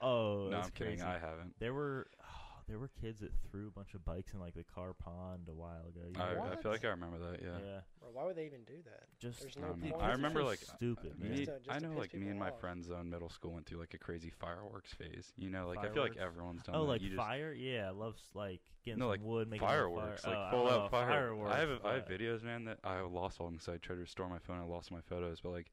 A: Oh,
B: no,
A: that's
B: I'm kidding.
A: crazy.
B: I haven't.
A: There were there were kids that threw a bunch of bikes in like the car pond a while ago. you
B: I,
A: know?
B: I
C: What?
B: feel like I remember that. Yeah.
A: yeah.
C: Bro, why would they even do that?
A: just
C: There's
B: I
C: no
B: don't know.
C: point.
B: Um, I
C: It's
B: remember
A: so
B: like uh,
A: stupid,
B: me-
A: man.
C: Just to- just
B: I
C: to
B: know
C: piss
B: like me and
C: people
B: my
C: off.
B: friends though in middle school went through like a crazy fireworks phase. You know, like I feel like
A: Fireworks?
B: everyone's done.
A: oh,
B: that.
A: like
B: you just,
A: fire? Yeah, I love s- like getting
B: No,
A: some
B: like
A: wood, making a little
B: fireworks,
A: fire.
B: like
A: oh,
B: full
A: I
B: out
A: love
B: fire-
A: fireworks.
B: I have I have
A: but-
B: videos, man, that I lost all because I tried to restore my phone. I lost my photos, but like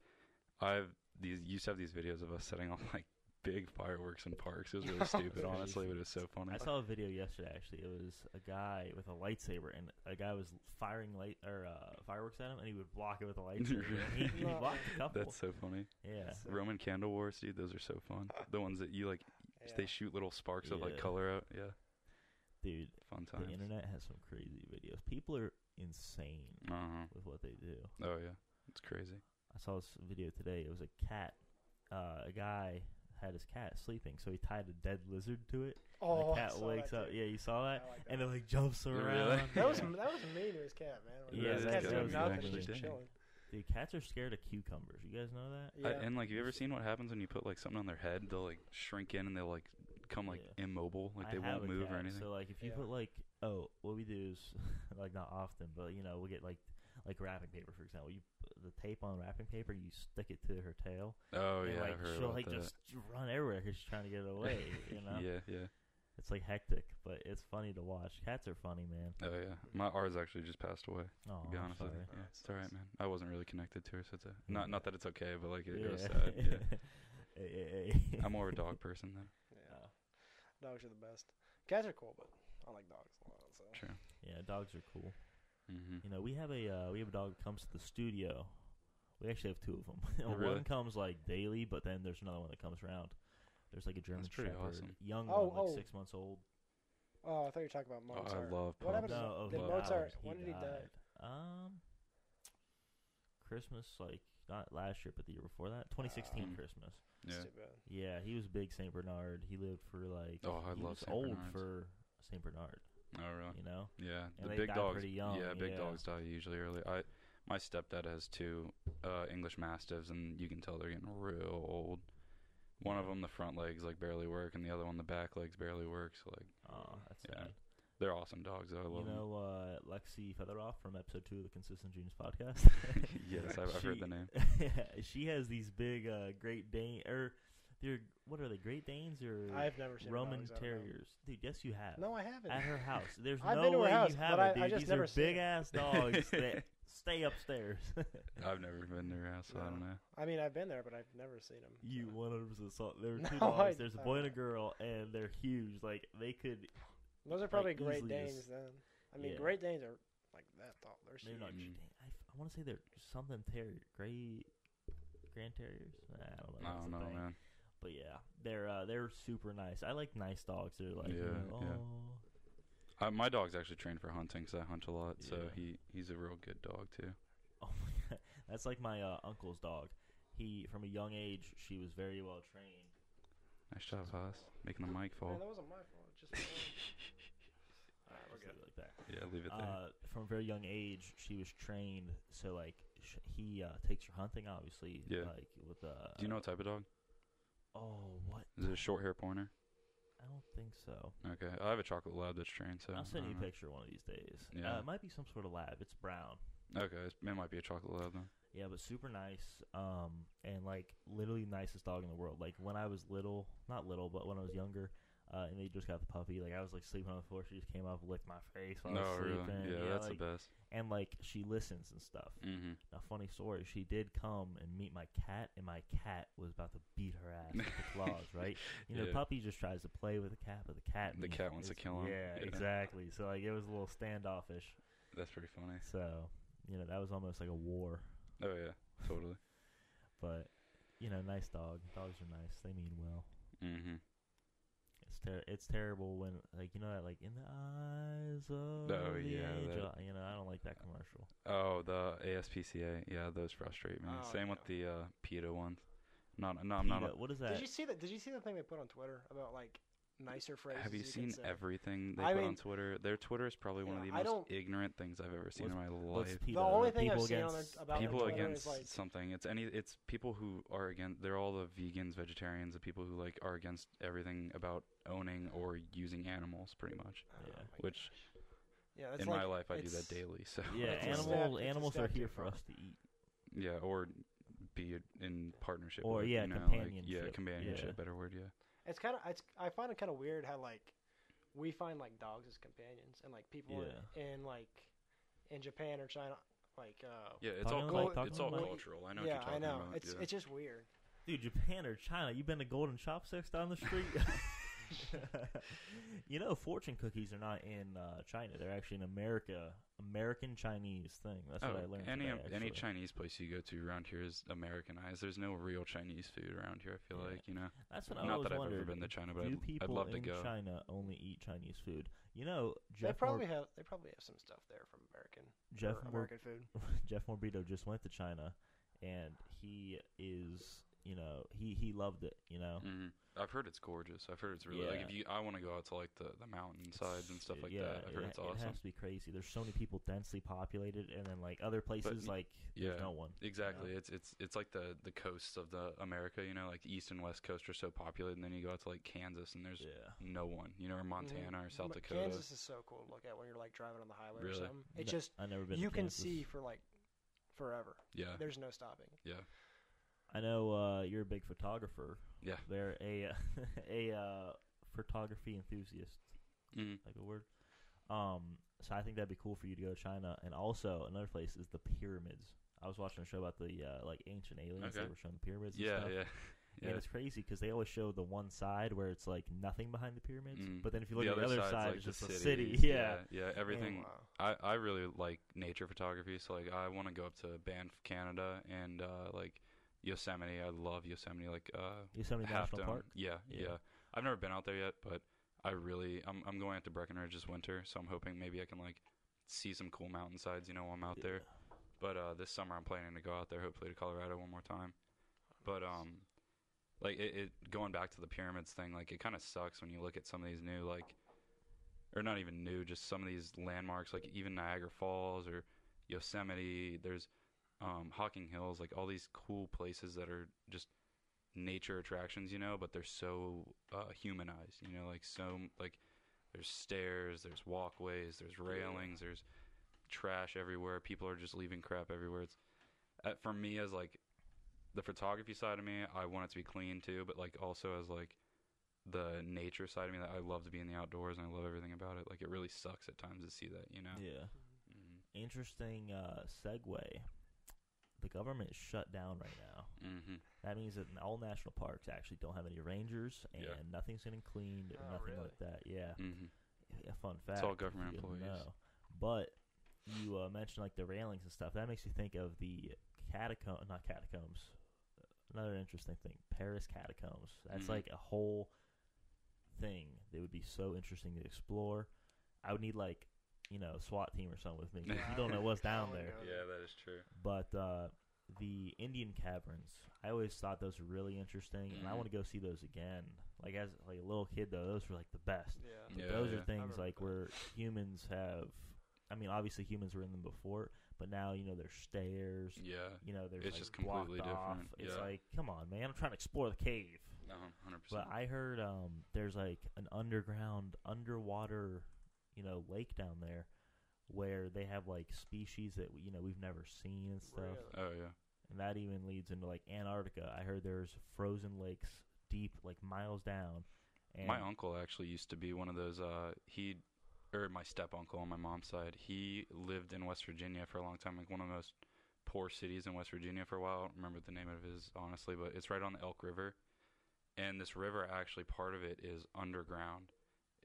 B: I have these used to have these videos of us setting off like big fireworks in parks. It was really stupid,
A: Crazy.
B: honestly, but it was so funny.
A: I saw a video yesterday. Actually, it was a guy with a lightsaber, and a guy was firing light or uh, fireworks at him, and he would block it with a lightsaber. and he, he
C: No.
A: blocked a couple.
B: That's so funny.
A: yeah,
C: That's so-
B: Roman candle wars, dude. Those are so fun. The ones that you like, they
C: yeah.
B: shoot little sparks of like
A: Yeah.
B: color out. Yeah,
A: dude,
B: fun
A: the
B: times.
A: internet has some crazy videos. People are insane
B: Uh huh.
A: with what they do.
B: Oh yeah, it's crazy.
A: I saw this video today. It was a cat. Uh, a guy had his cat sleeping, so he tied a dead lizard to it. and
C: oh,
A: the cat wakes up. Yeah, you saw that, and it like jumps
B: Really?
A: around.
C: That was
A: Yeah.
C: that was mean to his cat, man.
A: Yeah,
C: his
A: that
C: cat's
A: guy
C: doing
A: was
C: nothing,
A: actually
C: just
B: dang.
C: chilling.
A: dude. Cats are scared of cucumbers. You guys know that?
B: I-
C: Yeah.
B: and like, have you ever seen what happens when you put like something on their head? They'll like shrink in and they'll like come like
A: Yeah.
B: immobile, like
A: I
B: they
A: have
B: won't
A: a
B: move
A: cat,
B: or anything.
A: So like, if you
C: Yeah.
A: put like, oh, what we do is like not often, but you know, we'll get like like wrapping paper for example. You put the tape on wrapping paper, you stick it to her tail.
B: Oh
A: and,
B: yeah,
A: like
B: I've heard
A: she'll
B: about
A: like
B: that.
A: just run everywhere because she's trying to get it away. You know,
B: Yeah, yeah.
A: it's like hectic, but it's funny to watch. Cats are funny, man.
B: Oh yeah. My ours actually just passed away.
A: Oh,
B: To be honest with you,
A: sorry.
B: yeah,
C: Oh,
B: it's all right,
C: sucks.
B: man. I wasn't really connected to her, so it's a, not
A: Yeah.
B: not that it's okay, but like it, it was
A: Yeah.
B: sad. Yeah.
A: Hey, hey, hey.
B: I'm more of a dog person though.
C: Yeah. Dogs are the best. Cats are cool, but I like dogs a lot. So.
B: True.
A: Yeah, dogs are cool.
B: hmm
A: You know, we have a uh, we have a dog that comes to the studio. We actually have two of them.
B: Oh, really?
A: One comes like daily, but then there's another one that comes around. There's like a German
B: pretty
A: Shepherd,
B: awesome.
A: young
C: Oh,
A: one, like
C: oh.
A: six months old.
C: Oh, I thought you were talking about
B: Oh, I
C: Mozart.
B: love
C: What
B: pups.
C: happened to
A: No,
C: Mo-
A: oh,
C: did
A: he
C: Mozart-
A: died.
C: when did he die?
A: die? Um, Christmas, like not last year, but the year before that, 2016
B: Mm.
A: Christmas.
B: Yeah.
C: That's too bad.
A: Yeah, he was big Saint Bernard. He lived for like
B: Oh, I
A: he
B: love
A: was
B: Saint
A: old
B: Bernards.
A: for Saint Bernard.
B: Oh really?
A: You know,
B: Yeah,
A: And
B: the
A: they
B: big
A: die
B: dogs.
A: pretty young,
B: yeah, big
A: yeah.
B: dogs die usually early. I my stepdad has two uh, English Mastiffs, and you can tell they're getting real old. One of
A: Yeah.
B: them, the front legs like barely work, and the other one, the back legs barely work. So like,
A: oh, that's
B: Yeah.
A: sad.
B: they're awesome dogs. though. I
A: You
B: love them.
A: know, uh, Lexi Featheroff from episode two of the Consistent Genius podcast.
B: yes, I've, I've heard the
A: She-
B: name.
A: she has these big uh, Great Dane or they're what are they? Great Danes or
C: I've never seen
A: Roman
C: dogs, I don't know.
A: Terriers? Dude, yes, you have.
C: No, I haven't.
A: at her house. There's
C: I've
A: no
C: been to her
A: way
C: house,
A: you
C: but
A: haven't,
C: I- I
A: dude.
C: just
A: These
C: never
A: are
C: seen
A: big
C: it.
A: ass dogs that stay upstairs.
B: I've never been to her house, so I
C: No.
B: don't know.
C: I mean, I've been there, but I've never seen them.
A: You 100% saw. There were two
C: No,
A: dogs.
C: I-
A: There's a
C: I-
A: boy and a girl, and they're huge. Like they could.
C: Those are
A: like,
C: probably Great
A: easily
C: Danes.
A: just-
C: Then I mean,
A: Yeah.
C: Great Danes are like that tall. They're
A: They're
C: huge.
A: not.
B: Mm.
A: I, want to say they're something terrier, great grand terriers. Nah, I don't know.
B: I
A: That's
B: don't
A: a
B: know,
A: thing.
B: man.
A: But yeah, they're uh, they're super nice. I like nice dogs. They're like, you
B: Yeah,
A: know,
B: yeah.
A: "Oh."
B: I, my dog's actually trained for hunting because I hunt a lot, so
A: Yeah.
B: he he's a real good dog too.
A: Oh my god, that's like my uh, uncle's dog. He from a young age, she was very well trained,
B: Nice job, Haas. Making the mic fall.
C: Man, that wasn't my fault. It's just my own. All right, we're
A: Just leave it
C: good.
A: like that.
B: Yeah, leave it there.
A: Uh, from a very young age, she was trained. So like, sh- he uh, takes her hunting, obviously.
B: Yeah.
A: Like with uh.
B: Do you know what type of dog?
A: Oh, what?
B: Is it a short hair pointer?
A: I don't think so.
B: Okay, I have a chocolate lab that's trained, so.
A: I'll send
B: I
A: you a
B: don't know.
A: picture one of these days.
B: Yeah.
A: Uh, it might be some sort of lab. It's brown.
B: Okay, it's- it might be a chocolate lab then.
A: Yeah, but super nice. Um, and like literally nicest dog in the world. Like when I was little, not little, but when I was younger, uh, and they just got the puppy. Like I was like sleeping on the floor. She just came up, licked my face while I
B: no,
A: was
B: Oh, really?
A: sleeping.
B: Yeah, that's
A: like,
B: the best.
A: And like she listens and stuff.
B: Mm-hmm.
A: Now, funny story. She did come and meet my cat, and my cat was about to beat her ass with the claws. Right? You know,
B: Yeah.
A: the puppy just tries to play with the cat, but the cat
B: The
A: you know,
B: cat wants to
A: it's-
B: kill him.
A: Yeah,
B: Yeah.
A: exactly. So like it was a little standoffish.
B: That's pretty funny.
A: So you know that was almost like a war.
B: Oh yeah, totally.
A: But you know, nice dog. Dogs are nice. They mean well.
B: Mm-hmm.
A: It's ter- it's terrible when like you know that like in the eyes of
B: Oh,
A: the
B: yeah,
A: angel.
B: that-
A: You know, I don't like that commercial.
B: Oh, the ASPCA. Yeah, those frustrate me.
C: Oh,
B: Same
C: yeah.
B: with the uh, PETA ones. Not, no, I'm not.
A: Peta, what is that?
C: Did you see that? Did you see the thing they put on Twitter about like nicer
B: A,
C: phrases?
B: have you
C: could
B: seen
C: say?
B: everything they
C: I
B: put on
C: mean-
B: Twitter? Their Twitter is probably one of
C: Yeah,
B: the
C: I
B: most
C: don't-
B: ignorant things I've ever seen in my
A: What's
B: life.
A: PETA?
C: The only thing
A: people
C: I've seen on their-
A: against
C: about their
B: people
C: Twitter is,
B: against
C: like-
B: something. It's any. It's people who are against. They're all the vegans, vegetarians, the people who like are against everything about owning or using animals, pretty much.
C: Oh
A: Yeah.
C: my
B: Which
C: Yeah, that's
B: in
C: like
B: my life, I do that
C: it's-
B: daily. So
A: yeah,
C: It's a step-
A: animal
C: it's a
A: animals are
C: step
A: here
C: too
A: for
C: far.
A: us to eat.
B: yeah, or be in partnership
A: Or,
B: with,
A: yeah,
B: you know, Like, yeah,
A: companionship,
B: companionship.
A: yeah.
B: Better word. Yeah.
C: It's kind of it's I find it kind of weird how like we find like dogs as companions and like people in, in like in Japan or China like uh
B: Yeah, it's
A: Talking
B: all
A: about,
B: cult-
C: like, talking
B: it's all
C: about-
B: cultural. I know. what
C: yeah,
B: you're
C: I
B: talking
C: know.
B: About.
C: it's
B: yeah.
C: it's just weird.
A: Dude, Japan or China, you been to Golden Chopsticks down the street? you know, fortune cookies are not in uh, China. They're actually an America, American Chinese thing. That's
B: Oh,
A: what I learned.
B: any
A: today,
B: um, any
A: actually.
B: Chinese place you go to around here is Americanized. There's no real Chinese food around here. I feel
A: Yeah.
B: like you know.
A: That's what I
B: Not
A: always
B: that I've
A: wondered.
B: ever been to China, but
A: Do
B: I'd, I'd
A: people
B: love to
A: in
B: go.
A: China only eat Chinese food? You know,
C: They
A: Jeff
C: probably
A: Mor-
C: have they probably have some stuff there from American
A: Jeff
C: or
A: Mor-
C: American food.
A: Jeff Morbido just went to China, and he is, you know, he he loved it. You know,
B: Mhm. I've heard it's gorgeous. I've heard it's really like
A: Yeah.
B: if you, I want to go out to like the the mountainsides and stuff like
A: yeah,
B: that. I've heard
A: it,
B: it's
A: it
B: awesome.
A: has to be crazy. There's so many people densely populated, and then like other places,
B: y-
A: like
B: yeah.
A: there's no one.
B: Exactly. It's it's it's like the the coasts of the America. You know, like the east and west coast are so populated, and then you go out to like Kansas, and there's
A: Yeah. Mm-hmm.
B: no one. You know, or Montana or South
C: But
B: Dakota.
C: Mm-hmm. Kansas is so cool to look at when you're like driving on the highway
B: Really?
C: or something. It's
A: No,
C: just
A: I never been.
C: you
A: to
C: can
A: Kansas.
C: see for like forever.
B: Yeah,
C: There's no stopping.
B: yeah.
A: I know uh, you're a big photographer.
B: Yeah.
A: They're a a uh, photography enthusiast,
B: Mhm.
A: like a word. Um, so I think that'd be cool for you to go to China, and also another place is the pyramids. I was watching a show about the uh, like ancient aliens.
B: Okay.
A: They were showing the pyramids.
B: Yeah,
A: and stuff.
B: yeah, yeah.
A: And it's crazy because they always show the one side where it's like nothing behind the pyramids,
B: Mm.
A: but then if you look at the other
B: side's,
A: side,
B: like,
A: it's
B: the
A: just a city.
B: cities.
A: Yeah.
B: yeah, Everything.
C: Oh, wow.
B: I, I really like nature photography, so like I want to go up to Banff, Canada, and uh, like Yosemite. I love Yosemite, like uh,
A: Yosemite
B: Half
A: National
B: Dome.
A: Park.
B: Yeah, yeah,
A: Yeah.
B: I've never been out there yet, but I really I'm I'm going out to Breckenridge this winter, so I'm hoping maybe I can like see some cool mountainsides, you know, while I'm out
A: Yeah.
B: there. But uh, this summer I'm planning to go out there, hopefully to Colorado one more time. But um, like it, it going back to the pyramids thing, like it kind of sucks when you look at some of these new like, or not even new, just some of these landmarks, like even Niagara Falls or Yosemite. There's um, Hocking Hills, like all these cool places that are just nature attractions, you know, but they're so uh, humanized, you know, like so like there's stairs, there's walkways, there's railings, there's trash everywhere. People are just leaving crap everywhere. It's uh, for me as like the photography side of me, I want it to be clean too, but like also as like the nature side of me that I love to be in the outdoors and I love everything about it. Like it really sucks at times to see that, you know.
A: Yeah.
B: Mhm.
A: Interesting uh, segue. The government is shut down right now.
B: Mhm.
A: That means that all national parks actually don't have any rangers, and
B: Yeah.
A: nothing's getting cleaned or
C: Oh,
A: nothing
C: really?
A: like that. Yeah.
B: Mhm.
A: A fun fact.
B: all
A: if
B: government
A: you didn't
B: employees.
A: know. But you uh, mentioned like the railings and stuff. That makes you think of the catacomb, not catacombs. Another interesting thing, Paris catacombs. That's
B: Mhm.
A: like a whole thing that would be so interesting to explore. I would need like you know SWAT team or something with me. 'cause You don't know what's down
C: Oh my
A: there.
C: God.
B: Yeah, that is true.
A: But uh, the Indian caverns. I always thought those were really interesting, and I
B: Mhm.
A: want to go see those again. Like as like a little kid, though, those were like the best.
C: Yeah.
A: But
B: Yeah,
A: those
B: yeah.
A: are things
C: remember
A: like
C: that.
A: where humans have. I mean, obviously humans were in them before, but now you know there's stairs.
B: Yeah.
A: You know there's
B: It's
A: like
B: just
A: blocked
B: completely
A: off.
B: different,
A: It's
B: yeah.
A: like, come on, man! I'm trying to explore the cave.
B: Um, hundred percent.
A: But I heard um, there's like an underground, underwater, you know, lake down there where they have like species that you know we've never seen and stuff.
C: Really?
B: Oh yeah.
A: And that even leads into like Antarctica. I heard there's frozen lakes deep, like miles down. And
B: My uncle actually used to be one of those. Uh, he, or my step uncle on my mom's side, he lived in West Virginia for a long time, like one of the most poor cities in West Virginia for a while. I don't remember the name of his honestly, but it's right on the Elk River, and this river actually part of it is underground,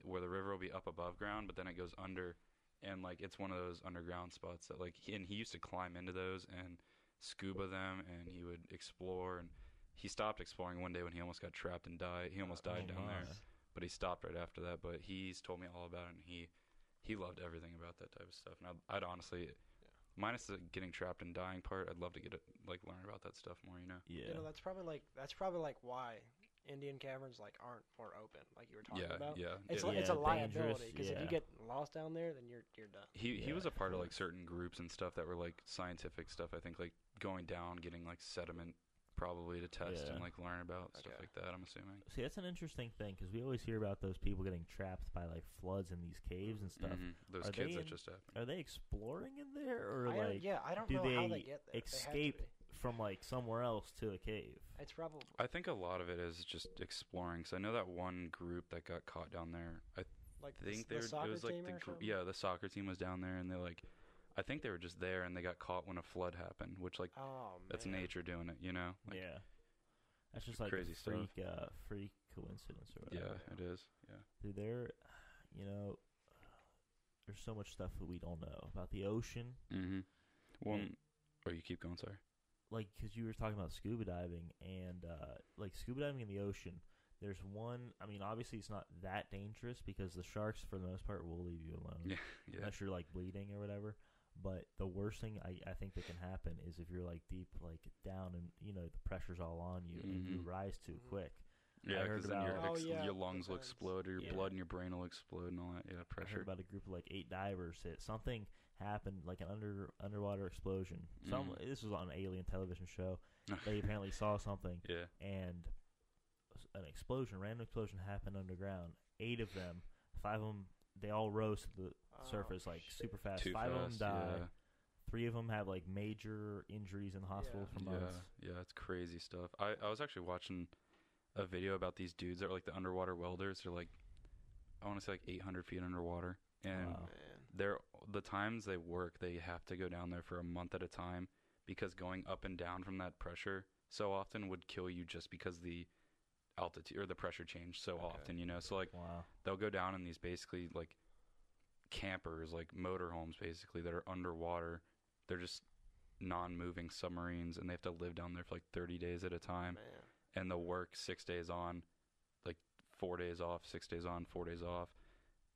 B: where the river will be up above ground, but then it goes under, and like it's one of those underground spots that like, he, and he used to climb into those and scuba them, and he would explore and. He stopped exploring one day when he almost got trapped and died. He almost
A: Oh
B: died down there
A: my.
B: but he stopped right after that. But he's told me all about it, and he he loved everything about that type of stuff. And I'd, I'd honestly, minus the getting trapped and dying part, I'd love to get it, like learn about that stuff more. You know?
A: yeah,
C: You know, that's probably like that's probably like why Indian caverns like aren't more open, like you were talking
B: yeah,
C: about.
B: yeah.
C: It's
B: It-
C: li- it's a
A: Yeah, dangerous,
C: liability because if
A: yeah.
C: you get lost down there, then you're you're done.
B: he he
A: Yeah,
B: was a part of
A: cool.
B: like certain groups and stuff that were like scientific stuff. I think like going down, getting like sediment probably to test
A: Yeah.
B: and like learn about stuff
C: Okay.
B: like that. I'm assuming.
A: see, that's an interesting thing because we always hear about those people getting trapped by like floods in these caves and stuff.
B: Mhm. Those
A: Are
B: kids
A: they
B: that
A: in-
B: just happened.
A: Are they exploring in there or
C: I don't,
A: like
C: yeah, I don't
A: do
C: know how
A: they
C: they get there. They have to
A: escape?
C: be.
A: from like somewhere else to a cave?
C: It's probably
B: I think a lot of it is just exploring. Cause I know that one group that got caught down there. I
C: like the,
B: think
C: think
B: they
C: the
B: were,
C: soccer
B: it was like
C: team
B: the
C: or
B: gr-
C: something.
B: yeah the soccer team was down there and they like I think they were just there and they got caught when a flood happened, which like
C: Oh man.
B: that's nature doing it, you know? Like,
A: yeah, that's just like
B: crazy
A: a freak,
B: stuff.
A: uh, freak coincidence or
B: yeah,
A: whatever.
B: it is. Yeah,
A: Dude, there, you know, there's so much stuff that we don't know about the ocean.
B: mm-hmm. Well, mm, oh, you keep going. Sorry.
A: Like, because you were talking about scuba diving and, uh, like, scuba diving in the ocean. There's one, I mean, obviously it's not that dangerous because the sharks, for the most part, will leave you alone.
B: Yeah, Yeah,
A: Unless you're, like, bleeding or whatever. But the worst thing I, I think that can happen is if you're, like, deep, like, down and, you know, the pressure's all on you and you
B: Mhm.
A: rise too
C: Mhm.
A: quick.
B: yeah,
A: heard
B: because then your,
A: about-
B: ex-
C: Oh, yeah,
B: your lungs will
C: depends.
B: explode, or your
A: Yeah.
B: blood and your brain will explode, and all that. Yeah,
A: I heard
B: pressure.
A: about a group of like eight divers that something happened, like an under underwater explosion. Some
B: Mm.
A: this was on an alien television show. They apparently saw something,
B: yeah,
A: and s- an explosion, random explosion happened underground. Eight of them, five of them, they all rose to the
C: Oh,
A: surface like
C: shit.
A: super fast.
B: too
A: five of them
B: fast.
A: died. Three of them have like major injuries in the hospital
C: Yeah.
A: for
B: yeah,
A: months.
B: yeah, it's crazy stuff. I I was actually watching a video about these dudes that are like the underwater welders. They're like, I want to say like 800 feet underwater, and
A: Wow.
C: Man.
B: they're the times they work they have to go down there for a month at a time because going up and down from that pressure so often would kill you just because the altitude or the pressure changed so
C: Okay.
B: often you know so like
A: Wow.
B: they'll go down in these basically like campers like motorhomes basically that are underwater they're just non-moving submarines and they have to live down there for like 30 days at a time
C: Man.
B: and they'll work six days on, like four days off, six days on, four days off,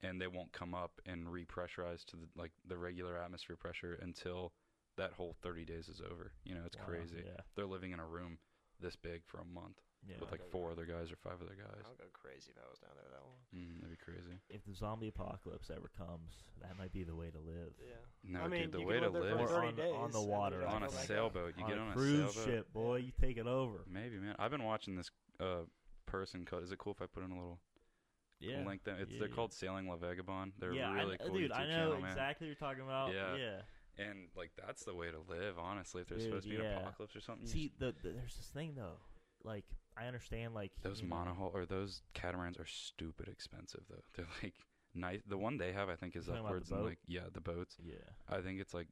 B: and they won't come up and repressurize to the, like the regular atmosphere pressure until that whole 30 days is over. You know, it's
A: Wow.
B: crazy.
A: Yeah.
B: They're living in a room this big for a month
A: Yeah.
B: with like
C: Okay.
B: four other guys or five other guys.
C: I'll go crazy if I was down there that long.
B: Mm, that'd be crazy.
A: if the zombie apocalypse ever comes, that might be the way to live.
C: Yeah.
B: No,
C: I mean,
B: dude, the
C: you
B: way to
C: could live there
B: live
C: for
A: Or
C: 30
A: on-
C: days
A: on the
C: and then
A: water,
C: you
A: on
B: on
A: like
B: a
C: gotta go back up.
B: sailboat, you
A: On
B: get
A: a
B: on a
A: cruise
B: sailboat.
A: ship, boy, you take it over.
B: Maybe, man. I've been watching this uh, person called. Is it cool if I put in a little
A: Yeah.
B: link? Them. It's
A: Yeah,
B: they're
A: yeah.
B: called Sailing La Vagabond. They're
A: yeah, I
B: really
A: kn-
B: cool.
A: dude,
B: YouTube
A: I know
B: channel, man.
A: exactly what you're talking about. Yeah.
B: Yeah. And like that's the way to live, honestly. If there's
A: Dude,
B: supposed to be
A: yeah.
B: an apocalypse or something, you
A: See,
B: just-
A: the, the, there's this thing though. Like, I understand. Like
B: those
A: you know,
B: monohull or those catamarans are stupid expensive though. They're like nice. The one they have, I think, is
A: You're talking about the
B: upwards and
A: boat?
B: like yeah, the boats.
A: Yeah.
B: I think it's like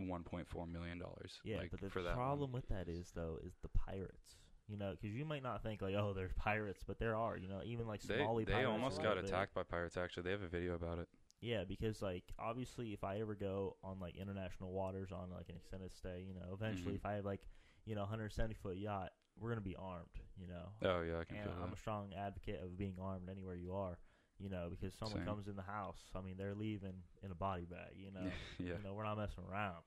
B: 1.4 million dollars.
A: Yeah,
B: like,
A: but the
B: for that
A: problem
B: one.
A: with that is though is the pirates. You know, because you might not think like, oh, there's pirates, but there are. You know, even like
B: they
A: Somali
B: they
A: pirates
B: almost
A: are
B: got
A: out there.
B: attacked by pirates. Actually, they have a video about it.
A: Yeah, because like obviously, if I ever go on like international waters on like an extended stay, you know, eventually
B: Mhm.
A: if I have like you know 170 foot yacht, we're gonna be armed. You know,
B: Oh yeah, I can
A: and
B: feel
A: I'm a
B: that.
A: strong advocate of being armed anywhere you are. You know, because someone
B: Same.
A: comes in the house, I mean, they're leaving in a body bag. You know,
B: yeah,
A: you know, we're not messing around.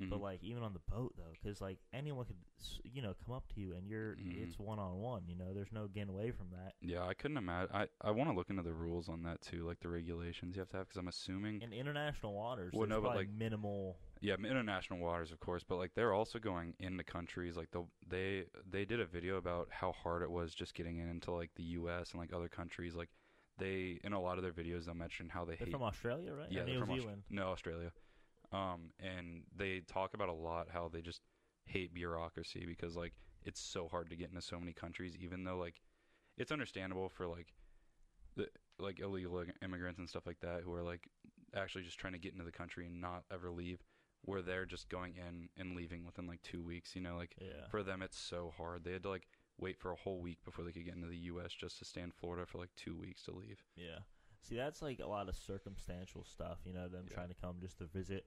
B: Mhm.
A: But like even on the boat though, because like anyone could s- you know come up to you and you're
B: Mhm.
A: it's one on one. You know, there's no getting away from that.
B: yeah, I couldn't imagine. I, I want to look into the rules on that too, like the regulations you have to have, because I'm assuming
A: In international waters,
B: Mm-hmm. Well,
A: there's
B: no, but,
A: probably
B: like-
A: minimal.
B: Yeah, m- international waters, of course, but like they're also going into countries. Like the they they did a video about how hard it was just getting in into like the U.S. and like other countries. Like they in a lot of their videos they'll mention how they
A: They're
B: hate
A: from Australia, right? Or
B: yeah they're
A: New
B: from Aus-
A: Zealand.
B: no Australia, um, and they talk about a lot how they just hate bureaucracy because like it's so hard to get into so many countries, even though like it's understandable for like the like illegal ig- immigrants and stuff like that who are like actually just trying to get into the country and not ever leave where they're just going in and leaving within like two weeks you know like
A: Yeah.
B: for them it's so hard they had to like wait for a whole week before they could get into the us just to stay in florida for like two weeks to leave
A: Yeah. See, that's like a lot of circumstantial stuff, you know, them
B: Yeah.
A: trying to come just to visit.